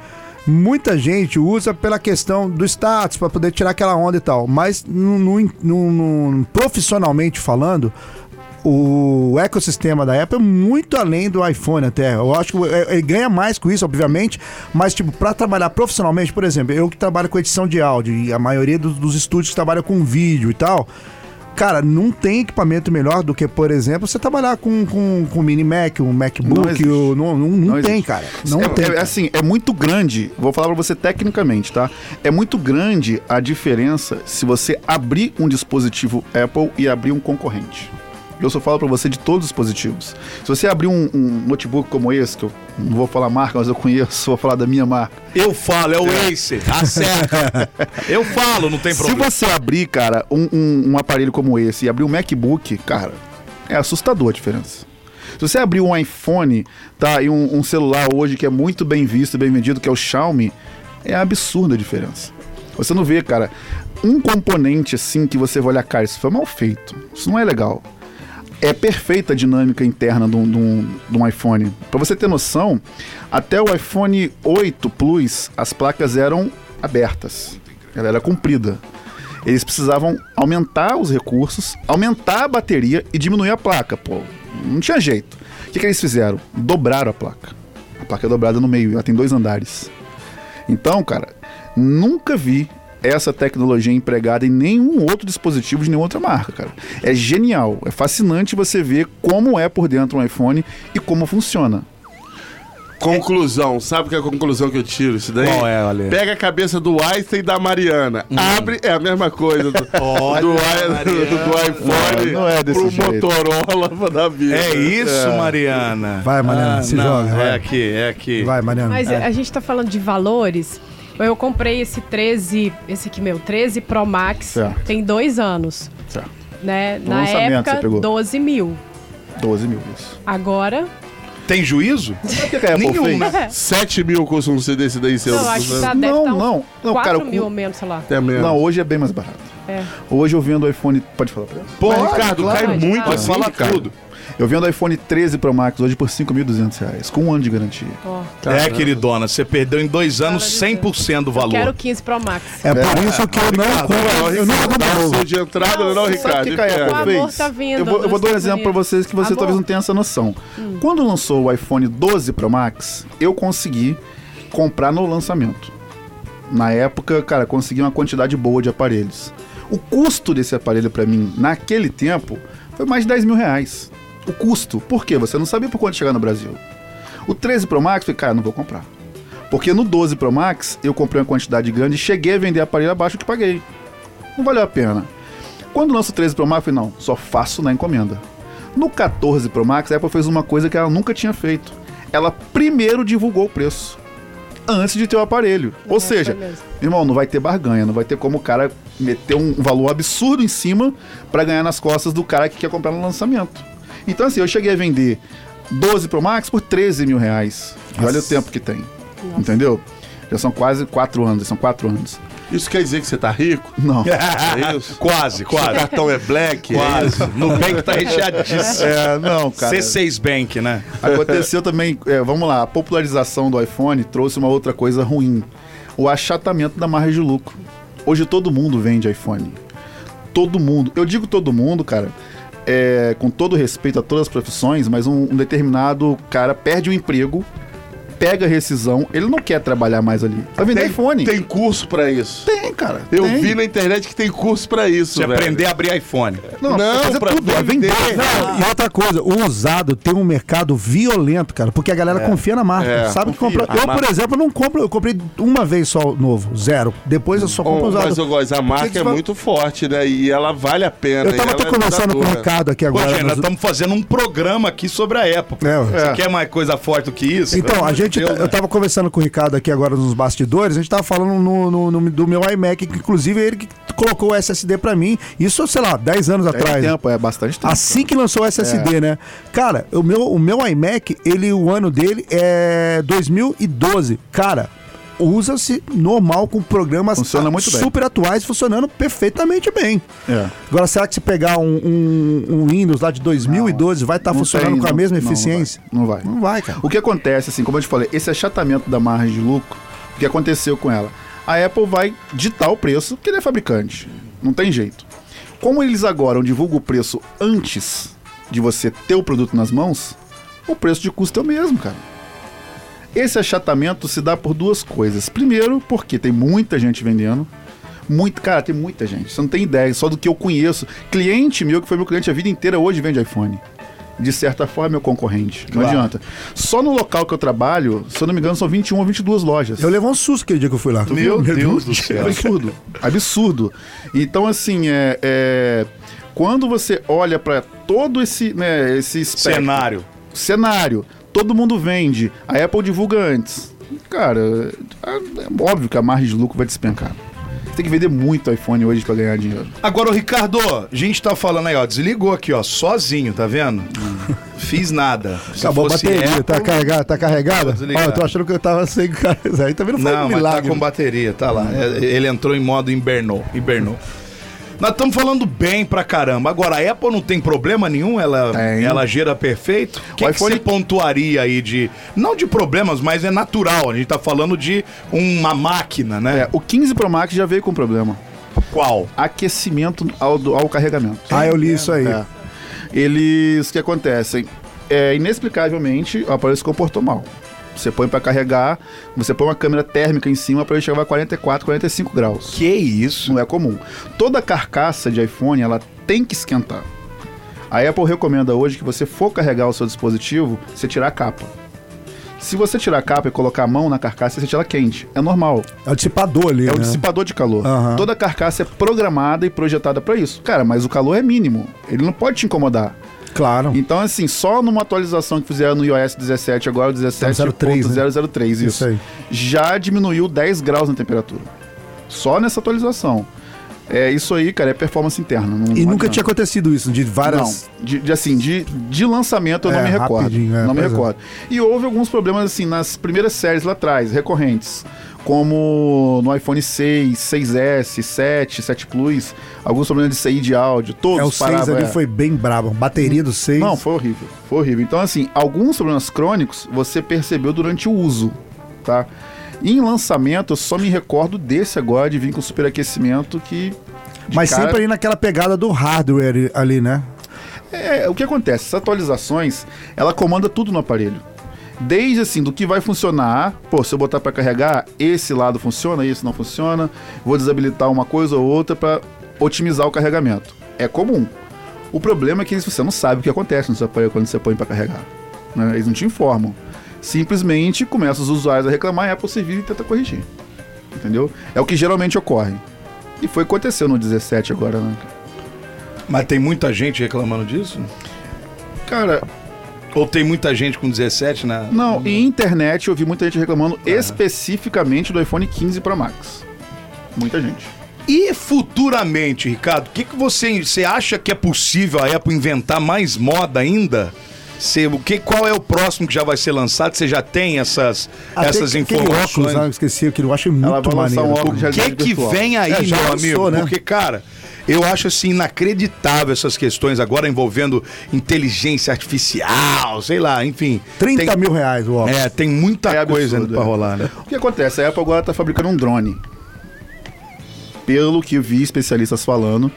Speaker 3: muita gente usa pela questão do status, para poder tirar aquela onda e tal. Mas no- no- no- no- profissionalmente falando, o ecossistema da Apple é muito além do iPhone até. Eu acho que é, ele ganha mais com isso, obviamente, mas tipo, para trabalhar profissionalmente, por exemplo, eu que trabalho com edição de áudio e a maioria dos, dos estúdios trabalha com vídeo e tal. Cara, não tem equipamento melhor do que, por exemplo, você trabalhar com, com, com um mini Mac, um
Speaker 5: Não
Speaker 3: MacBook,
Speaker 5: existe.
Speaker 3: ou- não, não, não
Speaker 5: Não
Speaker 3: tem,
Speaker 5: existe.
Speaker 3: cara. Não
Speaker 5: é,
Speaker 3: tem.
Speaker 5: é,
Speaker 3: cara.
Speaker 5: assim, é muito grande. Vou falar pra você tecnicamente, tá? É muito grande a diferença se você abrir um dispositivo Apple e abrir um concorrente. Eu só falo pra você de todos os dispositivos. Se você abrir um, um notebook como esse, que eu não vou falar marca, mas eu conheço, vou falar da minha marca.
Speaker 4: Eu falo, é o Ace. <laughs> Acerta. Eu falo, não tem
Speaker 5: Se
Speaker 4: problema.
Speaker 5: você abrir, cara, um, um- um aparelho como esse e abrir um MacBook, cara, é assustador a diferença. Se você abrir um iPhone, tá, e um, um celular hoje que é muito bem visto e bem vendido, que é o Xiaomi, é absurda a diferença. Você não vê, cara, um componente assim que você vai olhar, cara, isso foi mal feito, isso não é legal é perfeita a dinâmica interna de um, de um- de um iPhone. Para você ter noção, até o iPhone 8 Plus, as placas eram abertas. Ela era comprida. Eles precisavam aumentar os recursos, aumentar a bateria e diminuir a placa. Pô, não tinha jeito. O que, que eles fizeram? Dobraram a placa. A placa é dobrada no meio, ela tem dois andares. Então, cara, nunca vi essa tecnologia empregada em nenhum outro dispositivo de nenhuma outra marca, cara. É genial, é fascinante você ver como é por dentro um iPhone e como funciona.
Speaker 2: Conclusão. Sabe que é a conclusão que eu tiro isso daí?
Speaker 4: Qual é, Ale?
Speaker 2: Pega a cabeça do Einstein e da Mariana.
Speaker 5: Hum.
Speaker 2: Abre, é a mesma coisa
Speaker 5: <laughs>
Speaker 2: do,
Speaker 4: Olha,
Speaker 2: do, i-
Speaker 4: Mariana.
Speaker 2: do- do iPhone
Speaker 5: Não, não é desse
Speaker 2: pro
Speaker 5: jeito.
Speaker 2: Motorola <laughs> da vida.
Speaker 4: É isso, Mariana. Ah,
Speaker 3: Vai, Mariana, se joga, vai.
Speaker 4: É aqui, é aqui.
Speaker 3: Vai, Mariana.
Speaker 6: Mas
Speaker 3: É.
Speaker 6: a gente tá falando de valores. Eu comprei esse 13, esse aqui meu, 13 Pro Max,
Speaker 5: Certo.
Speaker 6: tem dois anos.
Speaker 5: Certo.
Speaker 6: Né?
Speaker 5: No
Speaker 6: Na
Speaker 5: lançamento
Speaker 6: época,
Speaker 5: você pegou.
Speaker 6: 12 mil.
Speaker 5: 12 mil, isso.
Speaker 6: Agora,
Speaker 4: Tem juízo?
Speaker 5: O que, que a Apple
Speaker 4: Nenhum,
Speaker 5: fez?
Speaker 2: <laughs>
Speaker 4: né?
Speaker 2: 7 mil custa um CD esse daí, seu.
Speaker 6: eu acho que tá, deve
Speaker 5: Não,
Speaker 6: tá uns
Speaker 5: não. Não,
Speaker 6: 4
Speaker 5: cara, o-
Speaker 6: mil ou menos, sei lá.
Speaker 2: É mesmo.
Speaker 5: Não, hoje é bem mais barato.
Speaker 6: É.
Speaker 5: Hoje eu vendo o iPhone... Pode falar pra ela?
Speaker 2: Pô, Ricardo,
Speaker 6: claro,
Speaker 2: cai
Speaker 6: pode,
Speaker 2: muito
Speaker 6: claro.
Speaker 2: assim,
Speaker 4: Fala
Speaker 2: cara.
Speaker 4: tudo.
Speaker 5: Eu vendo o iPhone 13 Pro Max hoje por 5.200 reais, com um ano de garantia.
Speaker 6: Ó,
Speaker 4: É, queridona, você perdeu em dois anos 100% do valor.
Speaker 6: quero 15 Pro Max.
Speaker 3: É, por isso que eu não compro. Eu nunca compro.
Speaker 2: Dá um
Speaker 3: novo.
Speaker 2: som de entrada, não,
Speaker 5: Sabe
Speaker 2: Ricardo?
Speaker 5: o que que a
Speaker 2: É.
Speaker 5: Apple
Speaker 6: O
Speaker 5: fez?
Speaker 6: amor tá vindo
Speaker 5: eu vou, eu vou
Speaker 6: dos
Speaker 5: dar um
Speaker 6: Estados
Speaker 5: exemplo pra
Speaker 6: Unidos.
Speaker 5: vocês que você
Speaker 6: Amor. Hum.
Speaker 5: talvez não tenha essa noção. Quando lançou o iPhone 12 Pro Max, eu consegui comprar no lançamento. Na época, cara, consegui uma quantidade boa de aparelhos. O custo desse aparelho pra mim, naquele tempo, foi mais de 10 mil reais. O custo. Por quê? Você não sabia por quanto chegar no Brasil. O 13 Pro Max, eu falei, cara, não vou comprar. Porque no 12 Pro Max, eu comprei uma quantidade grande e cheguei a vender aparelho abaixo do que paguei. Não valeu a pena. Quando lança o 13 Pro Max, eu falei, não, só faço na encomenda. No 14 Pro Max, a Apple fez uma coisa que ela nunca tinha feito. Ela primeiro divulgou o preço. Antes de ter o aparelho. Ou seja,
Speaker 6: É, foi mesmo.
Speaker 5: irmão, não vai ter barganha, não vai ter como o cara meter um valor absurdo em cima pra ganhar nas costas do cara que quer comprar no lançamento. Então, assim, eu cheguei a vender 12 Pro Max por 13 mil reais. Olha o tempo que tem. Entendeu? Já são quase 4 anos, são 4 anos.
Speaker 2: Isso quer dizer que você tá rico?
Speaker 5: Não.
Speaker 2: É isso?
Speaker 4: quase,
Speaker 2: O
Speaker 4: quase.
Speaker 2: cartão é black? É isso?
Speaker 4: quase. Nubank tá recheadíssimo.
Speaker 5: É, não, cara.
Speaker 4: C6 Bank, né?
Speaker 5: Aconteceu também, é, vamos lá, a popularização do iPhone trouxe uma outra coisa ruim: o achatamento da margem de lucro. Hoje todo mundo vende iPhone. Todo mundo. Eu digo todo mundo, cara, é, com todo respeito a todas as profissões, mas um, um determinado cara perde o emprego, pega a rescisão, ele não quer trabalhar mais ali. Tá vendendo iPhone?
Speaker 2: Tem curso pra isso.
Speaker 5: Tem, cara.
Speaker 2: Eu
Speaker 5: tem.
Speaker 2: vi na internet que tem curso pra isso,
Speaker 4: Você
Speaker 2: velho.
Speaker 4: aprender a abrir iPhone.
Speaker 5: Não,
Speaker 2: Não,
Speaker 5: fazer
Speaker 2: pra
Speaker 5: tudo, é vender.
Speaker 3: Não, e outra coisa, o usado tem um mercado violento, cara, porque a galera confia na marca.
Speaker 2: É,
Speaker 3: sabe
Speaker 2: confia.
Speaker 3: que comprou.
Speaker 2: A
Speaker 3: Eu,
Speaker 2: marca-
Speaker 3: por exemplo, não compro, eu comprei uma vez só o novo, zero. Depois eu só compro
Speaker 2: Ô,
Speaker 3: usado.
Speaker 2: mas eu gosto, a marca
Speaker 3: que
Speaker 2: é
Speaker 3: fa-
Speaker 2: muito forte, né? E ela vale a pena.
Speaker 3: Eu tava
Speaker 2: e ela
Speaker 3: até
Speaker 2: é
Speaker 3: conversando com o
Speaker 2: duradoura.
Speaker 3: Ricardo aqui
Speaker 4: Pô,
Speaker 3: agora.
Speaker 4: gente, nós
Speaker 3: nós-
Speaker 4: estamos fazendo um programa aqui sobre a Apple.
Speaker 3: É, ué.
Speaker 4: Você quer mais coisa forte do que isso?
Speaker 3: Então, a gente gente,
Speaker 4: teu,
Speaker 3: tá-
Speaker 4: né?
Speaker 3: eu tava conversando com o Ricardo aqui agora nos bastidores, a gente tava falando no, no- no- do meu iMac, que inclusive é ele que colocou o SSD pra mim, isso, sei lá, 10 anos
Speaker 5: Tem
Speaker 3: atrás.
Speaker 5: tempo, é bastante tempo.
Speaker 3: Assim que lançou o SSD, né? Cara, o meu, o meu iMac, ele, o ano dele é 2012. Cara, usa-se normal com programas
Speaker 5: Funciona muito bem.
Speaker 3: super atuais funcionando perfeitamente bem.
Speaker 5: É.
Speaker 3: Agora, será que se pegar um, um- um Windows lá de 2012 vai estar
Speaker 5: Não
Speaker 3: funcionando
Speaker 5: tem,
Speaker 3: com a
Speaker 5: não-
Speaker 3: mesma
Speaker 5: não, não
Speaker 3: eficiência?
Speaker 5: vai, Não vai.
Speaker 3: Não vai, cara.
Speaker 5: O que acontece, assim, como eu te falei, esse achatamento da margem de lucro, o que aconteceu com ela? A Apple vai ditar o preço, porque ele é fabricante. Não tem jeito. Como eles agora divulgam o preço antes de você ter o produto nas mãos, o preço de custo é o mesmo, cara. Esse achatamento se dá por duas coisas. Primeiro, porque tem muita gente vendendo. Muito, cara, tem muita gente. Você não tem ideia, só do que eu conheço. Cliente meu, que foi meu cliente a vida inteira, hoje vende iPhone. De certa forma, é meu concorrente. Não adianta. Só no local que eu trabalho, se eu não me engano, são 21 ou 22 lojas.
Speaker 3: Eu levei um susto aquele dia que eu fui lá.
Speaker 5: Meu, Deus, do céu. Absurdo. Absurdo. Então, assim, é. é, Quando você olha para todo esse, né, esse espectro-
Speaker 4: Cenário.
Speaker 5: cenário, todo mundo vende, a Apple divulga antes. Cara, é óbvio que a margem de lucro vai despencar. Você tem que vender muito iPhone hoje pra ganhar dinheiro.
Speaker 4: Agora, ô Ricardo, a gente tá falando aí, ó, desligou aqui, ó, sozinho, tá vendo? Fiz nada. Se
Speaker 3: Acabou a
Speaker 4: fosse
Speaker 3: bateria,
Speaker 4: Apple-
Speaker 3: tá carregada? Tá carregada?
Speaker 4: Vou desligar.
Speaker 3: Olha, eu tô achando que eu tava sem cara. Isso Aí também não foi
Speaker 4: Não,
Speaker 3: um
Speaker 4: mas tá
Speaker 3: milagre.
Speaker 4: com bateria, tá lá. É, Ele entrou em modo invernou, hibernou. Nós estamos falando bem pra caramba. Agora, a Apple não tem problema nenhum? Ela,
Speaker 5: Tem.
Speaker 4: ela gira perfeito? O que,
Speaker 5: O
Speaker 4: que você
Speaker 5: iPhone-
Speaker 4: pontuaria aí de... Não de problemas, mas é natural. A gente tá falando de uma máquina, né?
Speaker 5: É, o 15 Pro Max já veio com problema.
Speaker 4: Qual?
Speaker 5: Aquecimento ao, do- ao carregamento.
Speaker 3: Ah, eu li isso aí.
Speaker 5: É. Eles o que acontecem? É, inexplicavelmente, o aparelho se comportou mal. Você põe pra carregar, você põe uma câmera térmica em cima para ele chegar a 44, 45 graus.
Speaker 4: Que isso?
Speaker 5: Não é comum. Toda carcaça de iPhone, ela tem que esquentar. A Apple recomenda hoje que você for carregar o seu dispositivo, você tirar a capa. Se você tirar a capa e colocar a mão na carcaça, você ela quente. É normal.
Speaker 3: É o dissipador ali,
Speaker 5: É
Speaker 3: né?
Speaker 5: o dissipador de calor.
Speaker 3: Aham.
Speaker 5: Toda carcaça é programada e projetada para isso. Cara, mas o calor é mínimo. Ele não pode te incomodar.
Speaker 3: Claro.
Speaker 5: Então, assim, só numa atualização que fizeram no iOS 17, agora o 17.003,
Speaker 3: 003,
Speaker 5: isso,
Speaker 3: né? Isso aí.
Speaker 5: já diminuiu 10 graus na temperatura. Só nessa atualização. É isso aí, cara, é performance interna. não-
Speaker 3: E
Speaker 5: não
Speaker 3: nunca
Speaker 5: adianta.
Speaker 3: tinha acontecido isso, de várias.
Speaker 5: Não, de, de, assim, de, de lançamento eu
Speaker 3: É,
Speaker 5: não me recordo.
Speaker 3: rapidinho, é,
Speaker 5: não me
Speaker 3: pois é.
Speaker 5: recordo. E houve alguns problemas, assim, nas primeiras séries lá atrás, recorrentes. Como no iPhone 6, 6S, 7, 7 Plus, alguns problemas de sair de áudio, todos
Speaker 3: É, o 6
Speaker 5: paravam,
Speaker 3: ali
Speaker 5: é.
Speaker 3: foi bem brabo. Bateria do 6.
Speaker 5: Não, foi horrível. Foi horrível. Então, assim, alguns problemas crônicos você percebeu durante o uso, tá? E em lançamento, eu só me recordo desse agora de vir com superaquecimento que. de
Speaker 3: Mas
Speaker 5: cara-
Speaker 3: sempre ali naquela pegada do hardware ali, né?
Speaker 5: É, o que acontece? Essas atualizações, ela comanda tudo no aparelho. Desde assim, do que vai funcionar, pô, se eu botar pra carregar, esse lado funciona, esse não funciona, vou desabilitar uma coisa ou outra pra otimizar o carregamento. É comum. O problema é que eles- você não sabe o que acontece no seu aparelho quando você põe pra carregar. né? Eles não te informam. Simplesmente começam os usuários a reclamar e a Apple se vira e tenta corrigir. Entendeu? É o que geralmente ocorre. E foi o que aconteceu no 17 agora, né?
Speaker 4: Mas tem muita gente reclamando disso?
Speaker 5: Cara,
Speaker 4: Ou tem muita gente com né? 17 na...
Speaker 5: Não, e internet eu vi muita gente reclamando
Speaker 4: É.
Speaker 5: especificamente do iPhone 15 Pro Max. Muita gente.
Speaker 4: E futuramente, Ricardo, o que, que você, você acha que é possível a Apple inventar mais moda ainda? Você- o que, qual é o próximo que já vai ser lançado? Você já tem essas,
Speaker 3: Até
Speaker 4: essas
Speaker 3: aquele Óculos,
Speaker 4: informações?
Speaker 3: né? Eu esqueci aquilo, eu achei muito
Speaker 5: Ela vai lançar
Speaker 3: maneiro.
Speaker 5: um óculos de
Speaker 4: O que
Speaker 5: realidade
Speaker 4: que
Speaker 5: virtual.
Speaker 4: vem aí,
Speaker 3: É, já
Speaker 4: meu
Speaker 3: lançou,
Speaker 4: amigo?
Speaker 3: né?
Speaker 4: Porque, cara, eu acho assim inacreditável essas questões agora envolvendo inteligência artificial, sei lá, enfim.
Speaker 3: 30
Speaker 4: tem,
Speaker 3: mil reais o óculos.
Speaker 4: É, tem muita
Speaker 5: É absurdo,
Speaker 4: coisa pra
Speaker 5: é.
Speaker 4: rolar, né?
Speaker 5: O que acontece? A Apple agora tá fabricando um drone. Pelo que eu vi especialistas falando,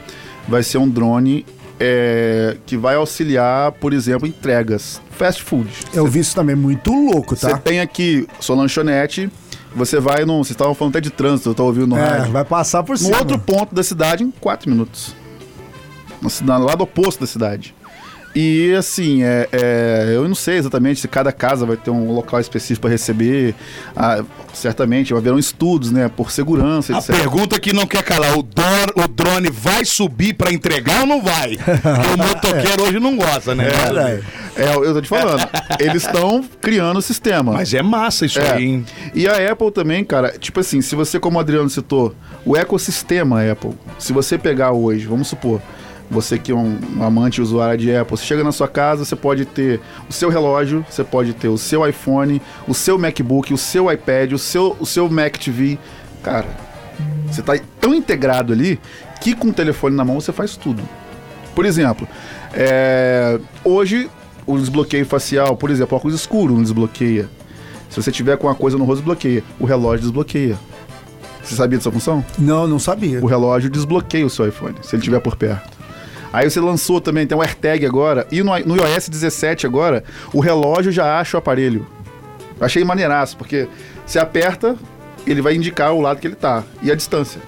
Speaker 5: vai ser um drone é, que vai auxiliar, por exemplo, entregas. Fast food.
Speaker 4: Tá.
Speaker 3: Eu vi isso também, muito louco,
Speaker 5: Você
Speaker 3: tá?
Speaker 5: tem aqui sua lanchonete, você vai num. Vocês estavam falando até de trânsito, eu tava ouvindo no
Speaker 3: É,
Speaker 5: rádio.
Speaker 3: vai passar por
Speaker 5: no
Speaker 3: cima.
Speaker 5: outro ponto da cidade em 4 minutos. No cida- lado oposto da cidade. E assim, é, é, eu não sei exatamente se cada casa vai ter um local específico para receber. Ah, certamente haverão estudos, né? Por segurança,
Speaker 4: A
Speaker 5: etc.
Speaker 4: pergunta que não quer calar, o, dor- o drone vai subir pra entregar ou não vai? Porque o motoqueiro hoje não gosta, né?
Speaker 3: É, velho.
Speaker 5: É, eu tô te
Speaker 4: <laughs>
Speaker 5: falando. Eles estão criando o sistema.
Speaker 4: Mas é massa isso
Speaker 5: É.
Speaker 4: aí, hein?
Speaker 5: E a Apple também, cara, tipo assim, se você, como o Adriano citou, o ecossistema Apple, se você pegar hoje, vamos supor, você que é um amante e usuário de Apple, você chega na sua casa, você pode ter o seu relógio, você pode ter o seu iPhone, o seu MacBook, o seu iPad, o seu, o seu Mac TV. Cara, você tá tão integrado ali que com o telefone na mão você faz tudo. Por exemplo, é, hoje o desbloqueio facial, por exemplo, óculos escuro não desbloqueia. Se você tiver com uma coisa no rosto, desbloqueia. O relógio desbloqueia. Você sabia dessa função?
Speaker 3: Não, não sabia.
Speaker 5: O relógio desbloqueia o seu iPhone, se ele estiver por perto. Aí você lançou também, tem um AirTag agora, e no, i- no iOS 17 agora, o relógio já acha o aparelho. Achei maneiraço, porque você aperta, ele vai indicar o lado que ele tá, e a distância.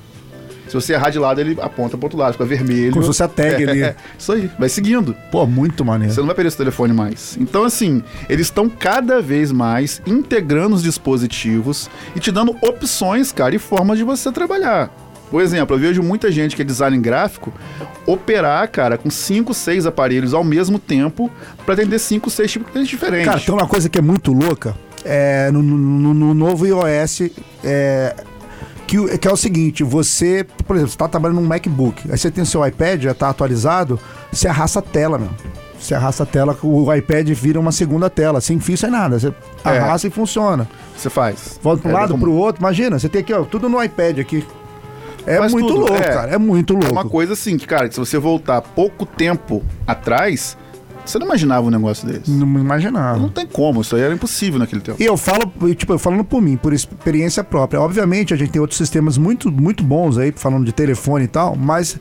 Speaker 5: Se você errar de lado, ele aponta pro outro lado, fica vermelho.
Speaker 3: Como se fosse
Speaker 5: <laughs>
Speaker 3: a tag
Speaker 5: É.
Speaker 3: ali.
Speaker 5: Isso aí, vai seguindo.
Speaker 3: Pô, muito
Speaker 5: Você
Speaker 3: maneiro.
Speaker 5: não vai perder seu telefone mais. Então, assim, eles estão cada vez mais integrando os dispositivos e te dando opções, cara, e formas de você trabalhar. Por exemplo, eu vejo muita gente que é design gráfico operar, cara, com 5, 6 aparelhos ao mesmo tempo para atender 5, 6 tipos de clientes diferentes.
Speaker 3: Cara, tem uma coisa que é muito louca é, no, no- no novo iOS. é, que, o- que é o seguinte, você, por exemplo, você tá trabalhando num MacBook, aí você tem o seu iPad, já tá atualizado, você arrasta a tela, meu. Você arrasta a tela, o iPad vira uma segunda tela, sem fio, sem nada. Você arrasta e funciona.
Speaker 5: Você faz.
Speaker 3: Volta para
Speaker 5: É,
Speaker 3: um lado,
Speaker 5: como-
Speaker 3: pro outro. Imagina, você tem aqui, ó, tudo no iPad aqui. É
Speaker 5: Faz
Speaker 3: muito
Speaker 5: tudo,
Speaker 3: louco,
Speaker 5: é.
Speaker 3: cara. É muito louco.
Speaker 5: É uma coisa assim que, cara, se você voltar pouco tempo atrás, você não imaginava um negócio desse.
Speaker 3: Não me
Speaker 5: Não
Speaker 3: imaginava.
Speaker 5: tem como, isso aí era impossível naquele tempo.
Speaker 3: E eu falo, eu, tipo, eu falando por mim, por experiência própria. Obviamente, a gente tem outros sistemas muito, muito bons aí, falando de telefone e tal, mas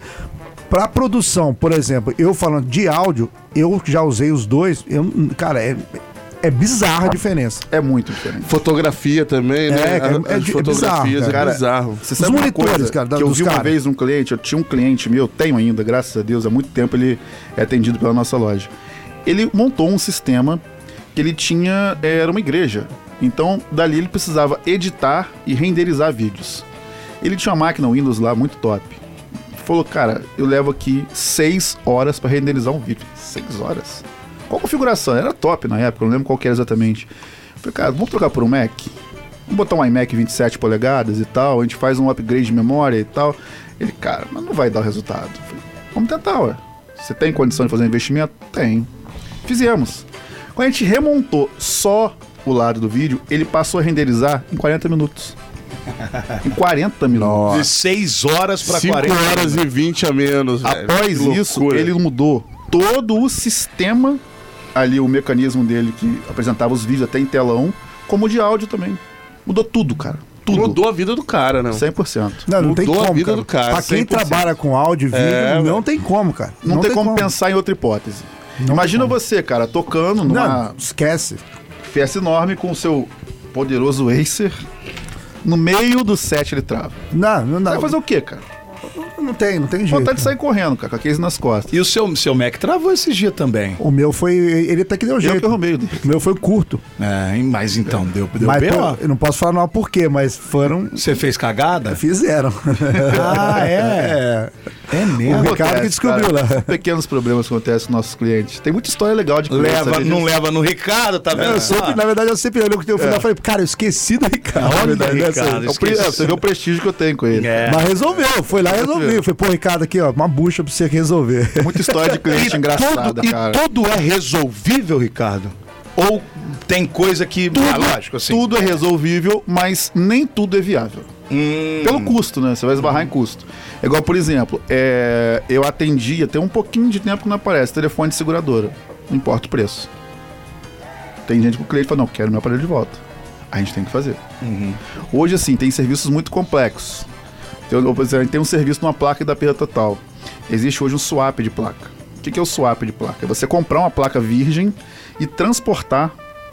Speaker 3: pra produção, por exemplo, eu falando de áudio, eu já usei os dois, eu, cara, é, é bizarra a diferença.
Speaker 5: É muito diferente.
Speaker 2: Fotografia também, né?
Speaker 3: É, cara,
Speaker 2: As-
Speaker 3: é
Speaker 2: As
Speaker 3: di- é
Speaker 2: fotografias
Speaker 3: bizarro,
Speaker 2: é
Speaker 5: cara.
Speaker 2: bizarro.
Speaker 5: Você
Speaker 3: Os
Speaker 5: sabe uma
Speaker 3: monitores,
Speaker 5: coisa
Speaker 3: cara, da-
Speaker 5: que eu
Speaker 3: dos
Speaker 5: vi uma
Speaker 3: caras.
Speaker 5: vez um cliente, eu tinha um cliente meu, tenho ainda, graças a Deus, há muito tempo ele é atendido pela nossa loja. Ele montou um sistema que ele tinha, eh, era uma igreja. Então, dali ele precisava editar e renderizar vídeos. Ele tinha uma máquina Windows lá muito top. Falou, cara, eu levo aqui seis horas para renderizar um vídeo. Seis horas? Qual configuração? Era top na época, eu não lembro qual que era exatamente. Falei, cara, vamos trocar por um Mac? Vamos botar um iMac 27 polegadas e tal, a gente faz um upgrade de memória e tal. Ele, cara, mas não vai dar o resultado. Eu Falei, Vamos tentar, ué. Você tem condição de fazer um investimento? Tem. Fizemos. Quando a gente remontou só o lado do vídeo, ele passou a renderizar em 40 minutos. Em
Speaker 2: <laughs>
Speaker 5: 40 minutos.
Speaker 4: De 6 horas pra
Speaker 2: 5
Speaker 4: 40.
Speaker 2: horas e 20 a menos. velho.
Speaker 5: Após
Speaker 2: é Que
Speaker 5: isso,
Speaker 2: loucura.
Speaker 5: ele mudou todo o sistema ali, o mecanismo dele que apresentava os vídeos até em telão, como o de áudio também. Mudou tudo, cara. Tudo.
Speaker 2: Mudou a vida do cara, né?
Speaker 5: 100%.
Speaker 3: Não, não tem
Speaker 2: Mudou a
Speaker 3: como,
Speaker 2: vida
Speaker 3: cara.
Speaker 2: do cara,
Speaker 3: Pra quem
Speaker 2: 100%.
Speaker 3: trabalha com áudio e vídeo,
Speaker 2: É,
Speaker 3: não tem como, cara.
Speaker 5: Não, tem, como, pensar em outra hipótese.
Speaker 3: Não
Speaker 5: Imagina
Speaker 3: tem como.
Speaker 5: você, cara, tocando numa
Speaker 3: Não, esquece.
Speaker 5: festa enorme com o seu poderoso Acer. No meio do set ele trava.
Speaker 3: Não, não, não.
Speaker 5: Vai fazer o quê, cara?
Speaker 3: Não tem, não tem jeito.
Speaker 5: Vontade de sair correndo, cara, com a case nas costas.
Speaker 4: E o seu, seu Mac travou esse dia também.
Speaker 3: O meu foi. Ele até que deu jeito.
Speaker 5: que arrumei o dele.
Speaker 3: O meu foi curto.
Speaker 4: É, hein, mas então, deu, deu
Speaker 3: mas
Speaker 4: B.O.
Speaker 3: pô, eu não posso falar não por quê, mas foram.
Speaker 4: Você fez cagada?
Speaker 3: Fizeram.
Speaker 4: Ah,
Speaker 3: <laughs>
Speaker 4: é? É mesmo.
Speaker 3: O Ricardo que descobriu
Speaker 5: cara.
Speaker 3: lá.
Speaker 5: Pequenos problemas que acontecem com nossos clientes. Tem muita história legal de clientes,
Speaker 4: Leva,
Speaker 5: sabe
Speaker 4: não
Speaker 5: disso?
Speaker 4: leva no Ricardo, tá vendo?
Speaker 3: É, Eu sempre, na verdade, eu sempre olhei o que teu filho e falei, cara, eu esqueci do Ricardo.
Speaker 4: Olha,
Speaker 3: Na verdade, essa-
Speaker 4: Ricardo,
Speaker 5: É o pre- é, Você vê o prestígio que eu tenho com ele.
Speaker 4: É.
Speaker 3: Mas resolveu, foi lá e resolvi. Foi, pô, Ricardo, aqui, ó, uma bucha pra você resolver.
Speaker 5: Muita história de
Speaker 3: <laughs>
Speaker 5: cliente engraçada,
Speaker 4: tudo,
Speaker 5: cara.
Speaker 4: E tudo é resolvível, Ricardo? Ou tem coisa que.
Speaker 5: Tudo,
Speaker 4: Ah, lógico, assim.
Speaker 5: tudo é resolvível, mas nem tudo é viável.
Speaker 4: Hum.
Speaker 5: Pelo custo, né? Você vai esbarrar em custo. É igual, por exemplo, é, eu atendi até um pouquinho de tempo que não aparece, telefone de seguradora. Não importa o preço. Tem gente que o cliente fala, não, quero meu aparelho de volta. A gente tem que fazer.
Speaker 4: Uhum.
Speaker 5: Hoje, assim, tem serviços muito complexos. Tem, ou, por exemplo, tem um serviço numa placa da perda total. Existe hoje um swap de placa. O que que é o swap de placa? É você comprar uma placa virgem e transportar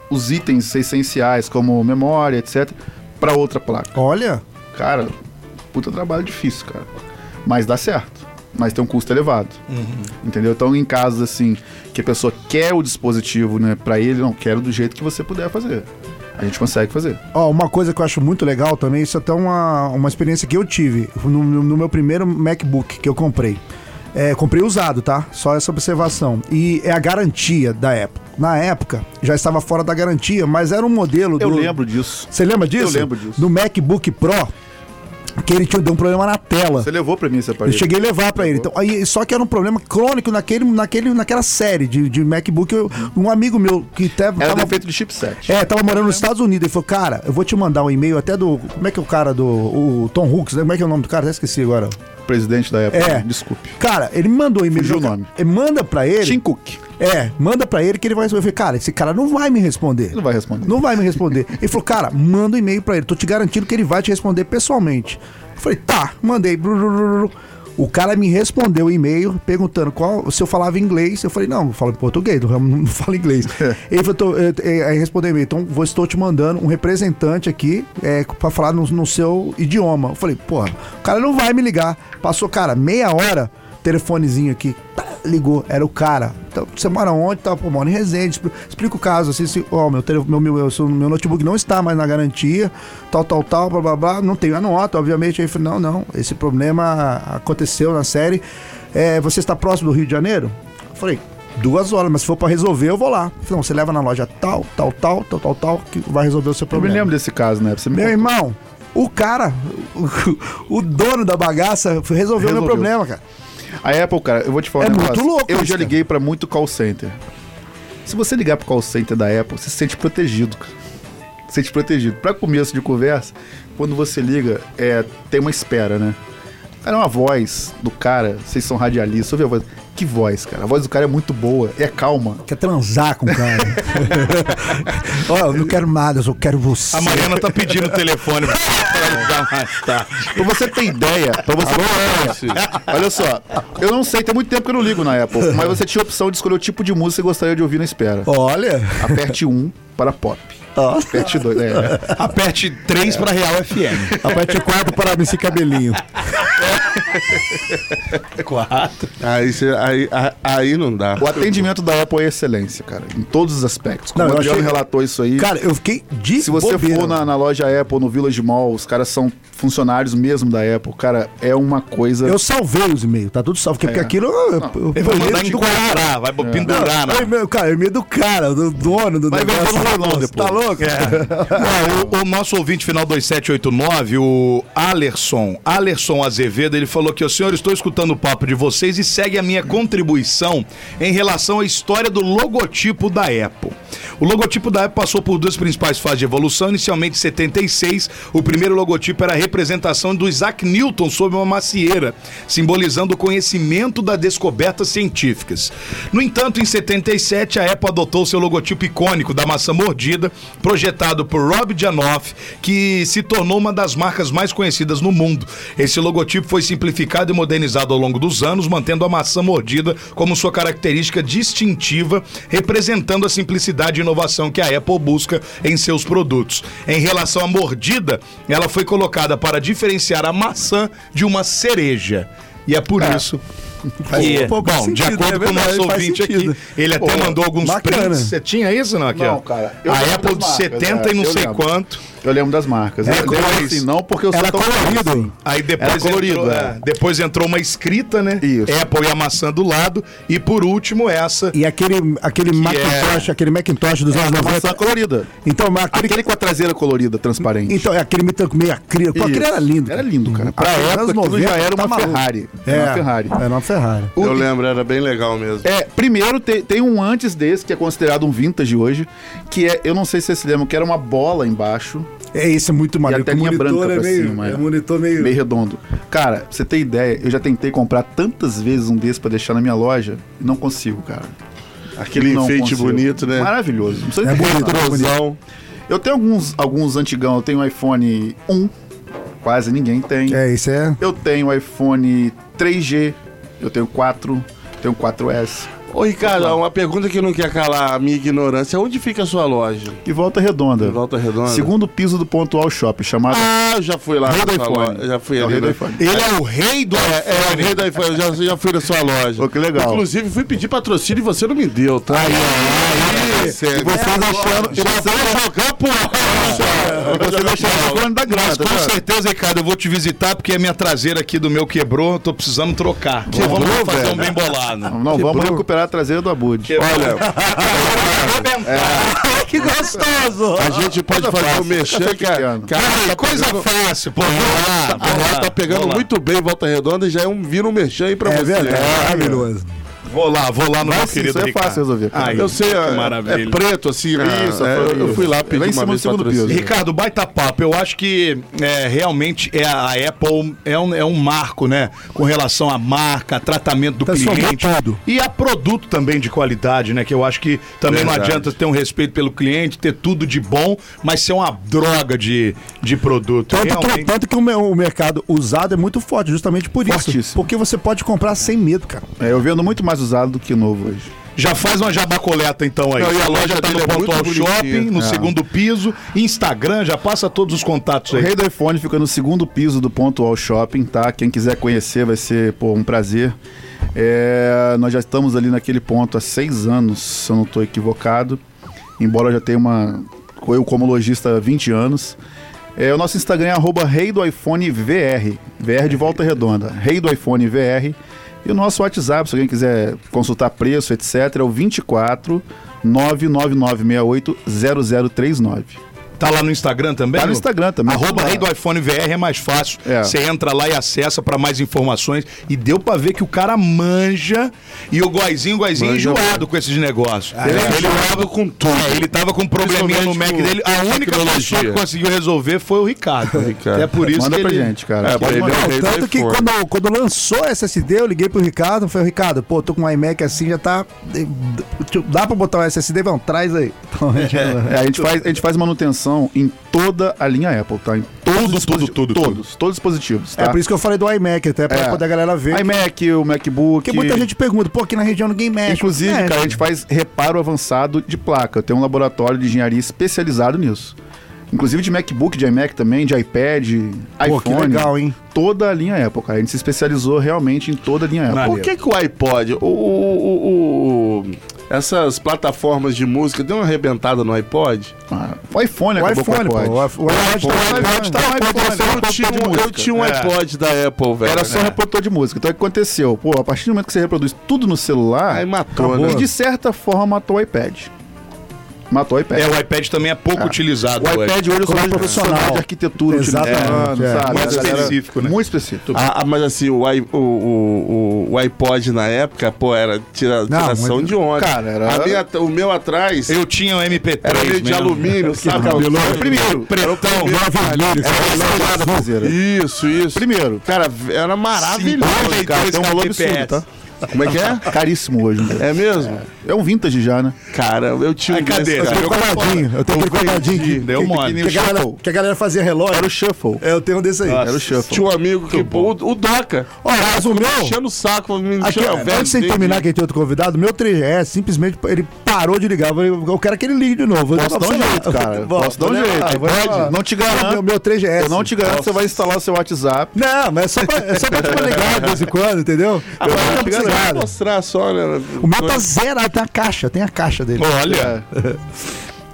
Speaker 5: os itens essenciais, como memória, etc., para outra placa.
Speaker 3: Olha,
Speaker 5: Cara, puta trabalho difícil, cara. Mas dá certo. Mas tem um custo elevado. Entendeu? Então, em casos assim, que a pessoa quer o dispositivo, né, pra ele, não, quero do jeito que você puder fazer. A gente consegue fazer.
Speaker 3: ó, uma coisa que eu acho muito legal também, isso é até uma, uma experiência que eu tive no, no- no meu primeiro MacBook que eu comprei. É, comprei usado, tá? Só essa observação. E é a garantia da Apple. na época, já estava fora da garantia, mas era um modelo
Speaker 5: Eu
Speaker 3: do.
Speaker 5: lembro disso.
Speaker 3: Você lembra disso?
Speaker 5: Eu lembro disso.
Speaker 3: Do MacBook Pro, que ele tinha deu um problema na tela.
Speaker 5: Você levou pra mim esse
Speaker 3: Eu
Speaker 5: aparelho.
Speaker 3: cheguei a levar pra ele. Então, aí, só que era um problema crônico naquele, naquele, naquela série de, de MacBook. Eu- um amigo meu que até
Speaker 5: Era
Speaker 3: tava,
Speaker 5: defeito de chipset.
Speaker 3: é, tava morando nos Estados Unidos. Ele falou, cara, eu vou te mandar um e-mail até do. Como é que é o cara do. O Tom Hooks, né? Como é que é o nome do cara? Até esqueci agora.
Speaker 5: Presidente da época.
Speaker 3: É.
Speaker 5: Desculpe.
Speaker 3: Cara, ele me mandou um e-mail.
Speaker 5: Fugiu o
Speaker 3: Não,
Speaker 5: nome.
Speaker 3: cara, Manda pra ele.
Speaker 5: Tim Cook.
Speaker 3: É, manda pra ele que ele vai responder. Eu falei, cara, esse cara não vai me responder.
Speaker 5: Ele vai responder.
Speaker 3: Não vai me responder. Ele falou, cara, manda um e-mail pra ele. Tô te garantindo que ele vai te responder pessoalmente. Eu falei, tá, mandei. Bru, bru, bru, bru. O cara me respondeu o e-mail perguntando qual, se eu falava inglês. Eu falei, não, eu falo em português, não, não <laughs> falo inglês.
Speaker 5: É.
Speaker 3: Ele falou, tô- eh, eh, aí respondeu o e-mail, então vou, estou te mandando um representante aqui é, pra falar no, no seu idioma. Eu falei, porra, o cara não vai me ligar. Passou, cara, meia hora, telefonezinho aqui. Tá, ligou, era o cara. Então, você mora onde? Tá, pô, mora em Resende. Expli- Explica o caso, assim, se, ó, meu, tele- meu, meu, meu, seu- meu notebook não está mais na garantia, tal, tal, tal, blá, blá, blá. Não tenho a nota, obviamente. Aí eu falei, não, não, esse problema aconteceu na série. É, você está próximo do Rio de Janeiro? Eu falei, duas horas, mas se for para resolver, eu vou lá. Eu falei, não, você leva na loja tal, tal, tal, tal, tal, tal, que vai resolver o seu
Speaker 5: Eu me
Speaker 3: problema.
Speaker 5: lembro desse caso, né? Você me
Speaker 3: Meu
Speaker 5: contou.
Speaker 3: irmão, o cara, <laughs> o, o dono da bagaça, resolveu, resolveu meu
Speaker 5: Resolveu.
Speaker 3: problema, cara.
Speaker 5: A Apple, cara, eu vou te falar um
Speaker 3: É muito louco
Speaker 5: eu
Speaker 3: isso,
Speaker 5: já
Speaker 3: cara.
Speaker 5: liguei pra muito call center. Se você ligar pro call center da Apple, você se sente protegido, cara. Se sente protegido. Pra começo de conversa, quando você liga, é, tem uma espera, né? Cara, é uma voz do cara, vocês são radialistas, ouve a voz. Que voz, cara. A voz do cara é muito boa, é calma.
Speaker 3: Quer transar com o
Speaker 5: <laughs>
Speaker 3: cara. Ó, eu não quero nada, eu só quero você.
Speaker 4: A Mariana tá pedindo o telefone pra ligar mais tarde.
Speaker 5: Pra você ter ideia, pra você ter ideia. Olha só, eu não sei, tem muito tempo que eu não ligo na Apple, mas você tinha a opção de escolher o tipo de música que você gostaria de ouvir na espera.
Speaker 3: Olha.
Speaker 5: Aperte 1 para pop. Aperte 2. É.
Speaker 4: Aperte 3 pra Real FM.
Speaker 3: Aperte o quarto para esse cabelinho.
Speaker 2: Aí, você- aí, a- aí não dá.
Speaker 5: O atendimento da Apple é excelência, cara. Em todos os aspectos. Como
Speaker 3: Não,
Speaker 5: o
Speaker 3: eu
Speaker 5: Adriano
Speaker 3: achei-
Speaker 5: relatou isso aí.
Speaker 3: Cara, eu fiquei de
Speaker 5: se você
Speaker 3: bobeira.
Speaker 5: for na, na loja Apple, no Village Mall, os caras são funcionários mesmo da Apple. Cara, é uma coisa.
Speaker 3: Eu salvei os e-mails, tá tudo salvo. Porque,
Speaker 5: É.
Speaker 3: porque aquilo. Eu, eu, eu,
Speaker 4: Ele vai mandar enquadrar, vai pendurar,
Speaker 3: Não,
Speaker 4: né?
Speaker 3: e-mail, cara, e-mail do cara, do dono do
Speaker 4: Vai ver
Speaker 3: negócio.
Speaker 4: todo rolão depois.
Speaker 3: Tá louco?
Speaker 5: É,
Speaker 4: Não, o, o nosso ouvinte final 2789, o Alerson, Alerson Azevedo, ele falou que, o senhor, estou escutando o papo de vocês e segue a minha contribuição em relação à história do logotipo da Apple. O logotipo da Apple passou por duas principais fases de evolução. Inicialmente, em 76, o primeiro logotipo era a representação do Isaac Newton sob uma macieira, simbolizando o conhecimento das descobertas científicas. No entanto, em 77, a Apple adotou seu logotipo icônico da maçã mordida, projetado por Rob Janoff, que se tornou uma das marcas mais conhecidas no mundo. Esse logotipo foi simplificado e modernizado ao longo dos anos, mantendo a maçã mordida como sua característica distintiva, representando a simplicidade e inovação que a Apple busca em seus produtos. Em relação à mordida, ela foi colocada para diferenciar a maçã de uma cereja. E é por isso. que-
Speaker 3: um pouco de
Speaker 4: bom, de
Speaker 3: sentido,
Speaker 4: acordo
Speaker 3: é
Speaker 4: com o nosso
Speaker 3: verdade, faz
Speaker 4: ouvinte aqui,
Speaker 3: sentido.
Speaker 4: ele até
Speaker 3: Pô,
Speaker 4: mandou alguns
Speaker 3: bacana.
Speaker 4: prints. Você tinha isso, não, aqui,
Speaker 5: Não,
Speaker 4: ó?
Speaker 5: cara, eu lembro
Speaker 4: A Apple de
Speaker 5: das marcas,
Speaker 4: 70 e
Speaker 5: é,
Speaker 4: não
Speaker 5: eu
Speaker 4: sei
Speaker 5: lembro.
Speaker 4: quanto. É
Speaker 5: Eu lembro das marcas. eu
Speaker 4: Depois-
Speaker 5: lembro assim, não porque eu sou
Speaker 4: é
Speaker 3: Era
Speaker 5: tão
Speaker 3: colorido.
Speaker 5: assim.
Speaker 4: Aí depois,
Speaker 5: Era colorido,
Speaker 4: entrou,
Speaker 5: é.
Speaker 4: é, depois entrou uma escrita, né?
Speaker 5: Isso.
Speaker 4: Apple e a maçã do lado. E por último, essa.
Speaker 3: E aquele, aquele Macintosh, aquele Macintosh dos anos
Speaker 5: Uma é. tá maçã
Speaker 3: 90.
Speaker 5: colorida.
Speaker 3: Então, mas aquele,
Speaker 5: Aquele com a traseira colorida, transparente.
Speaker 3: então, é aquele meio meio acrílico. Pô,
Speaker 5: Isso.
Speaker 3: Aquele era lindo.
Speaker 5: Então, Era lindo, cara. Pra
Speaker 3: Aquele
Speaker 5: época,
Speaker 3: anos
Speaker 5: aquilo já era uma
Speaker 3: maluco.
Speaker 5: Ferrari.
Speaker 3: É,
Speaker 5: Era uma Ferrari.
Speaker 3: Era uma Ferrari.
Speaker 2: Eu lembro, era bem legal mesmo.
Speaker 5: É, primeiro te- tem um antes desse, que é considerado um vintage hoje, que é, eu não sei se vocês se lembram, que era uma bola embaixo,
Speaker 3: É, esse é muito maneiro.
Speaker 5: a telinha
Speaker 3: que o
Speaker 5: branca
Speaker 3: é
Speaker 5: pra
Speaker 3: meio,
Speaker 5: cima, é.
Speaker 3: é monitor meio...
Speaker 5: meio redondo. Cara, pra você ter ideia, eu já tentei comprar tantas vezes um desses pra deixar na minha loja e não consigo, cara.
Speaker 2: Aquele
Speaker 5: Não
Speaker 2: enfeite
Speaker 5: consigo.
Speaker 2: bonito, né?
Speaker 5: Maravilhoso. Não precisa
Speaker 3: É
Speaker 5: nem
Speaker 3: bonito,
Speaker 5: falar.
Speaker 3: né?
Speaker 2: Maravilhoso.
Speaker 5: Eu tenho alguns, alguns antigão, eu tenho um iPhone 1, quase ninguém tem.
Speaker 3: É, isso
Speaker 5: <laughs>
Speaker 3: é...
Speaker 5: Eu tenho iPhone 3G, eu tenho 4, tenho 4S.
Speaker 2: Ô, Ricardo, uma pergunta que não quer calar a minha ignorância. Onde fica a sua loja?
Speaker 5: E volta redonda.
Speaker 2: Em Volta Redonda?
Speaker 5: Segundo piso do Pontual Shop, chamado
Speaker 2: Ah, eu já fui lá.
Speaker 5: Rei
Speaker 2: na
Speaker 5: do
Speaker 2: sua
Speaker 5: iPhone.
Speaker 2: loja. Já fui
Speaker 5: É o
Speaker 2: ali.
Speaker 5: rei do
Speaker 2: né?
Speaker 5: iPhone.
Speaker 4: Ele é o rei do
Speaker 2: É, é, o rei do iPhone. Eu já, já fui na sua loja.
Speaker 5: Pô, que legal.
Speaker 2: Inclusive, fui pedir patrocínio e você não me deu, tá? Aí,
Speaker 5: E vocês achando. E vocês
Speaker 2: jogar, porra!
Speaker 5: vocês achando o plano da
Speaker 4: Mas
Speaker 5: graça,
Speaker 4: com
Speaker 5: tá?
Speaker 4: certeza, Ricardo, eu vou te visitar porque a minha traseira aqui do meu quebrou, eu tô precisando trocar. Então vamos fazer um bem bolado.
Speaker 5: <laughs> Não, vamos recuperar a traseira do Abud.
Speaker 4: <laughs>
Speaker 2: Olha,
Speaker 3: que gostoso!
Speaker 2: a gente pode fazer um o mexer, cara.
Speaker 5: pequeno.
Speaker 2: cara tá
Speaker 4: Coisa
Speaker 2: pegando-
Speaker 4: fácil, pô. Vamos lá,
Speaker 2: é- A
Speaker 4: vamos
Speaker 2: Rosa
Speaker 4: lá,
Speaker 2: tá pegando
Speaker 4: vamos lá.
Speaker 2: muito bem Volta Redonda e já é um, vira um merchan aí pra
Speaker 3: É
Speaker 2: você.
Speaker 3: verdade, maravilhoso.
Speaker 5: é.
Speaker 4: Vou lá, vou lá no meu
Speaker 5: sim,
Speaker 4: querido
Speaker 5: isso é
Speaker 4: Ricardo.
Speaker 5: fácil resolver, cara.
Speaker 4: Aí,
Speaker 2: Eu sei,
Speaker 4: que
Speaker 2: é,
Speaker 4: maravilha.
Speaker 2: é preto assim, né?
Speaker 5: Isso,
Speaker 2: É,
Speaker 5: foi
Speaker 2: eu
Speaker 5: isso.
Speaker 2: fui lá pedir
Speaker 5: Lá em
Speaker 2: uma
Speaker 5: cima do
Speaker 2: vez
Speaker 5: segundo
Speaker 2: patrocínio.
Speaker 5: piso.
Speaker 4: Ricardo, baita papo. Eu acho que é, realmente é a a Apple é um, é um marco, né? Com relação à marca, tratamento do
Speaker 3: Transformou
Speaker 4: cliente.
Speaker 3: tudo.
Speaker 4: E a produto também de qualidade, né? Que eu acho que também não
Speaker 2: Verdade.
Speaker 4: adianta ter um respeito pelo cliente, ter tudo de bom, mas ser uma droga de, de produto.
Speaker 3: Tanto que,
Speaker 4: Realmente.
Speaker 3: tanto que o, me- o mercado usado é muito forte, justamente por isso.
Speaker 5: Fortíssimo.
Speaker 3: Porque você pode comprar sem medo, cara.
Speaker 5: É, eu vendo muito mais usado do que novo hoje.
Speaker 4: Já faz uma jabacoleta então aí.
Speaker 2: Não, e a loja
Speaker 4: tá
Speaker 2: dele
Speaker 4: no
Speaker 2: é muito
Speaker 4: Pontual
Speaker 2: bonitinha.
Speaker 4: Shopping, no
Speaker 5: É.
Speaker 4: segundo piso, Instagram, já passa todos os contatos
Speaker 5: O
Speaker 4: aí.
Speaker 5: Rei do iPhone fica no segundo piso do Pontual Shopping, tá? Quem quiser conhecer vai ser, pô, um prazer. É, nós já estamos ali naquele ponto há seis anos, se eu não estou equivocado. Embora eu já tenha uma... Eu como lojista há 20 anos. É, o nosso Instagram é arroba rei do iPhone VR. VR de volta redonda. Rei do iPhone VR. E o nosso WhatsApp, se alguém quiser consultar preço, etc., é o 24 99968 0039.
Speaker 4: Tá lá no Instagram também?
Speaker 5: Tá no
Speaker 4: Lu?
Speaker 5: Instagram também.
Speaker 4: Arroba
Speaker 5: Tá.
Speaker 4: rei do iPhone VR é mais fácil.
Speaker 5: É.
Speaker 4: Você entra lá e acessa pra mais informações. E deu pra ver que o cara manja e o Guaizinho, o Guaizinho
Speaker 2: Manja
Speaker 4: enjoado com esses negócios.
Speaker 5: Ah,
Speaker 2: Ele é Ah, tá enjoado com tudo.
Speaker 4: É, ele tava com um probleminha no Mac
Speaker 2: Principalmente
Speaker 4: dele. A
Speaker 2: com
Speaker 4: única pessoa que
Speaker 2: tecnologia.
Speaker 4: conseguiu resolver foi o Ricardo.
Speaker 5: <laughs>
Speaker 2: Ricardo.
Speaker 4: É por isso
Speaker 5: Manda
Speaker 4: que
Speaker 5: pra
Speaker 4: ele-
Speaker 5: gente, cara.
Speaker 2: É, pode
Speaker 5: Manda-
Speaker 2: mandar.
Speaker 3: Não,
Speaker 2: Rei do
Speaker 3: tanto que
Speaker 2: iPhone.
Speaker 3: quando, quando lançou a SSD, eu liguei pro Ricardo, falei, Ricardo, pô, tô com um iMac assim, já tá. Dá pra botar um SSD? Vão, traz aí. <laughs> Então, a gente-
Speaker 5: É, a, gente faz, a gente faz manutenção em toda a linha Apple, tá? Em todos
Speaker 4: Tudo,
Speaker 5: os disposi-
Speaker 4: tudo, tudo, tudo.
Speaker 5: Todos, todos os dispositivos, tá?
Speaker 3: É por isso que eu falei do iMac, até pra
Speaker 5: É.
Speaker 3: poder a galera ver.
Speaker 5: iMac, o MacBook...
Speaker 3: Porque muita gente pergunta, pô, aqui na região ninguém mexe. né? É.
Speaker 5: Inclusive,
Speaker 3: Mexe.
Speaker 5: cara, a gente faz reparo avançado de placa. Eu tenho um laboratório de engenharia especializado nisso. Inclusive de MacBook, de iMac também, de iPad,
Speaker 3: Pô,
Speaker 5: iPhone.
Speaker 3: que legal, hein?
Speaker 5: Toda a linha Apple, cara. A gente se especializou realmente em toda a linha Apple.
Speaker 2: Por que, que o iPod, o, o- o- o- essas plataformas de música deu uma arrebentada no iPod?
Speaker 5: Ah, o iPhone
Speaker 3: O
Speaker 5: acabou com
Speaker 3: iPhone, pô. O iPhone, o iPhone,
Speaker 5: iPhone,
Speaker 3: tá-
Speaker 2: um
Speaker 5: tá no iPhone,
Speaker 2: Eu,
Speaker 5: era só
Speaker 2: tinha,
Speaker 5: reprodutor
Speaker 2: um-
Speaker 5: de
Speaker 2: eu tinha um
Speaker 4: É.
Speaker 2: iPod da Apple, velho.
Speaker 5: Era
Speaker 4: né?
Speaker 5: só reprodutor de música. Então o que aconteceu? Pô, a partir do momento que você reproduz tudo no celular.
Speaker 2: Aí matou,
Speaker 5: acabou.
Speaker 2: né?
Speaker 5: E de certa forma matou o iPad. Matou o iPad.
Speaker 4: É, o iPad também é pouco utilizado
Speaker 5: o
Speaker 4: hoje.
Speaker 5: iPad hoje é
Speaker 3: Como
Speaker 5: só
Speaker 3: profissional.
Speaker 5: de arquitetura,
Speaker 3: Exatamente,
Speaker 5: utilizando,
Speaker 3: é.
Speaker 5: sabe?
Speaker 4: Muito
Speaker 5: A galera-
Speaker 4: específico, né?
Speaker 5: Muito específico.
Speaker 2: Ah, ah, mas assim, o, i- o, o, o- o iPod na época, pô, era tira,
Speaker 3: Não,
Speaker 2: tiração
Speaker 3: mas-
Speaker 2: de onda.
Speaker 5: cara, era-
Speaker 2: A minha- o meu atrás
Speaker 4: Eu tinha o MP3.
Speaker 2: era meio
Speaker 4: mesmo.
Speaker 2: de
Speaker 3: né?
Speaker 2: alumínio, sabe?
Speaker 4: Era é o primeiro. Pretão.
Speaker 3: é
Speaker 5: Nada traseira.
Speaker 2: Isso, isso.
Speaker 5: Primeiro.
Speaker 2: Cara, era maravilhoso, cara.
Speaker 4: 52
Speaker 2: Tem um valor absurdo,
Speaker 4: kbps.
Speaker 2: tá? Como é que é?
Speaker 5: Caríssimo hoje. né?
Speaker 2: É mesmo?
Speaker 5: É um vintage já, né?
Speaker 2: Cara, eu tinha um
Speaker 4: Aí, cadê?
Speaker 2: desse,
Speaker 4: Você
Speaker 2: cara.
Speaker 4: jogou
Speaker 3: Coladinho, eu tenho aquele coladinho que-
Speaker 4: Deu mole.
Speaker 3: que, a galera, que a galera fazia relógio.
Speaker 5: Era o Shuffle.
Speaker 3: É, Eu tenho um desse aí.
Speaker 5: Era o Shuffle.
Speaker 2: Tinha um amigo que, pô, o, o Doca.
Speaker 3: Ó, mas o meu.
Speaker 2: Enchendo o saco, me
Speaker 3: Aqui,
Speaker 5: É,
Speaker 2: enchendo- velho,
Speaker 3: antes de você
Speaker 2: dele.
Speaker 3: terminar que tem outro convidado, meu 3GS simplesmente ele parou de ligar. Eu falei, Eu quero que ele ligue de novo. Eu
Speaker 5: Posso dar um
Speaker 3: falei, "Não,
Speaker 5: jeito,
Speaker 3: não,
Speaker 5: cara.
Speaker 3: vou-
Speaker 5: Posso dar um
Speaker 3: vou levar,
Speaker 5: jeito.
Speaker 3: vou levar."
Speaker 5: Não te
Speaker 3: Ah, Meu,
Speaker 5: garanto.
Speaker 3: meu 3GS.
Speaker 5: Eu não te garanto que você vai instalar o seu WhatsApp.
Speaker 3: Não, mas é só pra, é só
Speaker 5: <laughs>
Speaker 3: pra te ligar de vez em quando, entendeu?
Speaker 5: Ah,
Speaker 3: Eu
Speaker 5: é
Speaker 3: é
Speaker 2: Eu
Speaker 3: não tô
Speaker 2: vou pegar, eu vou
Speaker 3: precisado.
Speaker 2: mostrar só, né?
Speaker 3: O meu tá zerado, tem a caixa, tem a caixa dele.
Speaker 4: Olha. <laughs>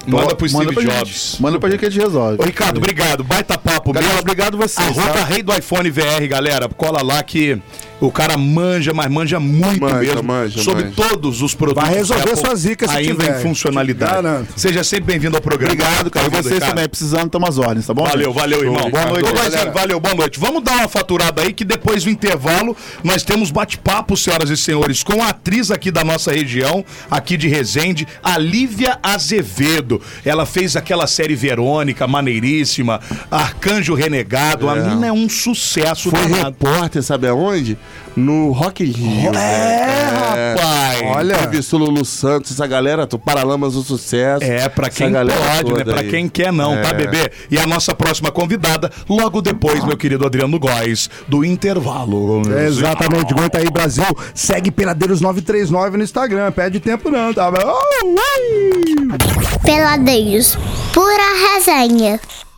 Speaker 4: Manda pro Steve
Speaker 5: pra
Speaker 4: Jobs.
Speaker 5: Gente. É. Manda pra gente que a gente resolve.
Speaker 4: Ô, Ricardo, obrigado. Baita papo.
Speaker 5: Galera,
Speaker 4: mesmo.
Speaker 5: obrigado vocês.
Speaker 4: Arroba
Speaker 5: tá?
Speaker 4: rei do iPhone VR, galera. Cola lá que o cara manja, mas manja muito
Speaker 2: Manja,
Speaker 4: mesmo.
Speaker 2: manja,
Speaker 4: sobre
Speaker 2: manja.
Speaker 4: todos os produtos.
Speaker 3: Vai resolver
Speaker 4: Apple,
Speaker 3: suas zicas se
Speaker 4: Ainda
Speaker 3: tiver.
Speaker 4: em funcionalidade.
Speaker 3: Garanto.
Speaker 4: Seja sempre bem-vindo ao programa. Tá
Speaker 5: Obrigado, cara. E
Speaker 4: Bem-vindo,
Speaker 5: vocês
Speaker 4: Ricardo.
Speaker 5: também, precisando, tomar as ordens, tá bom?
Speaker 4: Valeu,
Speaker 5: gente?
Speaker 4: valeu, irmão.
Speaker 5: Boa noite,
Speaker 4: Ô, Guazinho,
Speaker 5: galera.
Speaker 4: valeu, boa noite. Vamos dar uma faturada aí que depois do intervalo nós temos bate-papo, senhoras e senhores, com a atriz aqui da nossa região, aqui de Resende, a Lívia Azevedo. Ela fez aquela série Verônica, maneiríssima, Arcanjo Renegado. A mina é um sucesso
Speaker 2: Foi
Speaker 4: danado.
Speaker 2: repórter, sabe aonde? No Rock in Rio.
Speaker 4: É, rapaz.
Speaker 2: Olha. Entrevistou Lulu Santos, essa galera, do Paralamas do Sucesso.
Speaker 4: É, pra
Speaker 2: Essa
Speaker 4: quem
Speaker 2: galera
Speaker 4: pode, né?
Speaker 2: toda
Speaker 4: Pra
Speaker 2: aí.
Speaker 4: quem quer não, tá,
Speaker 2: É.
Speaker 4: bebê? E a nossa próxima convidada, logo depois, meu querido Adriano Góes, do intervalo.
Speaker 3: Exatamente, aguenta aí, Brasil. Segue Peladeiros939 no Instagram. Perde tempo não, tá? Oh, ui!
Speaker 7: Peladeiros, pura resenha.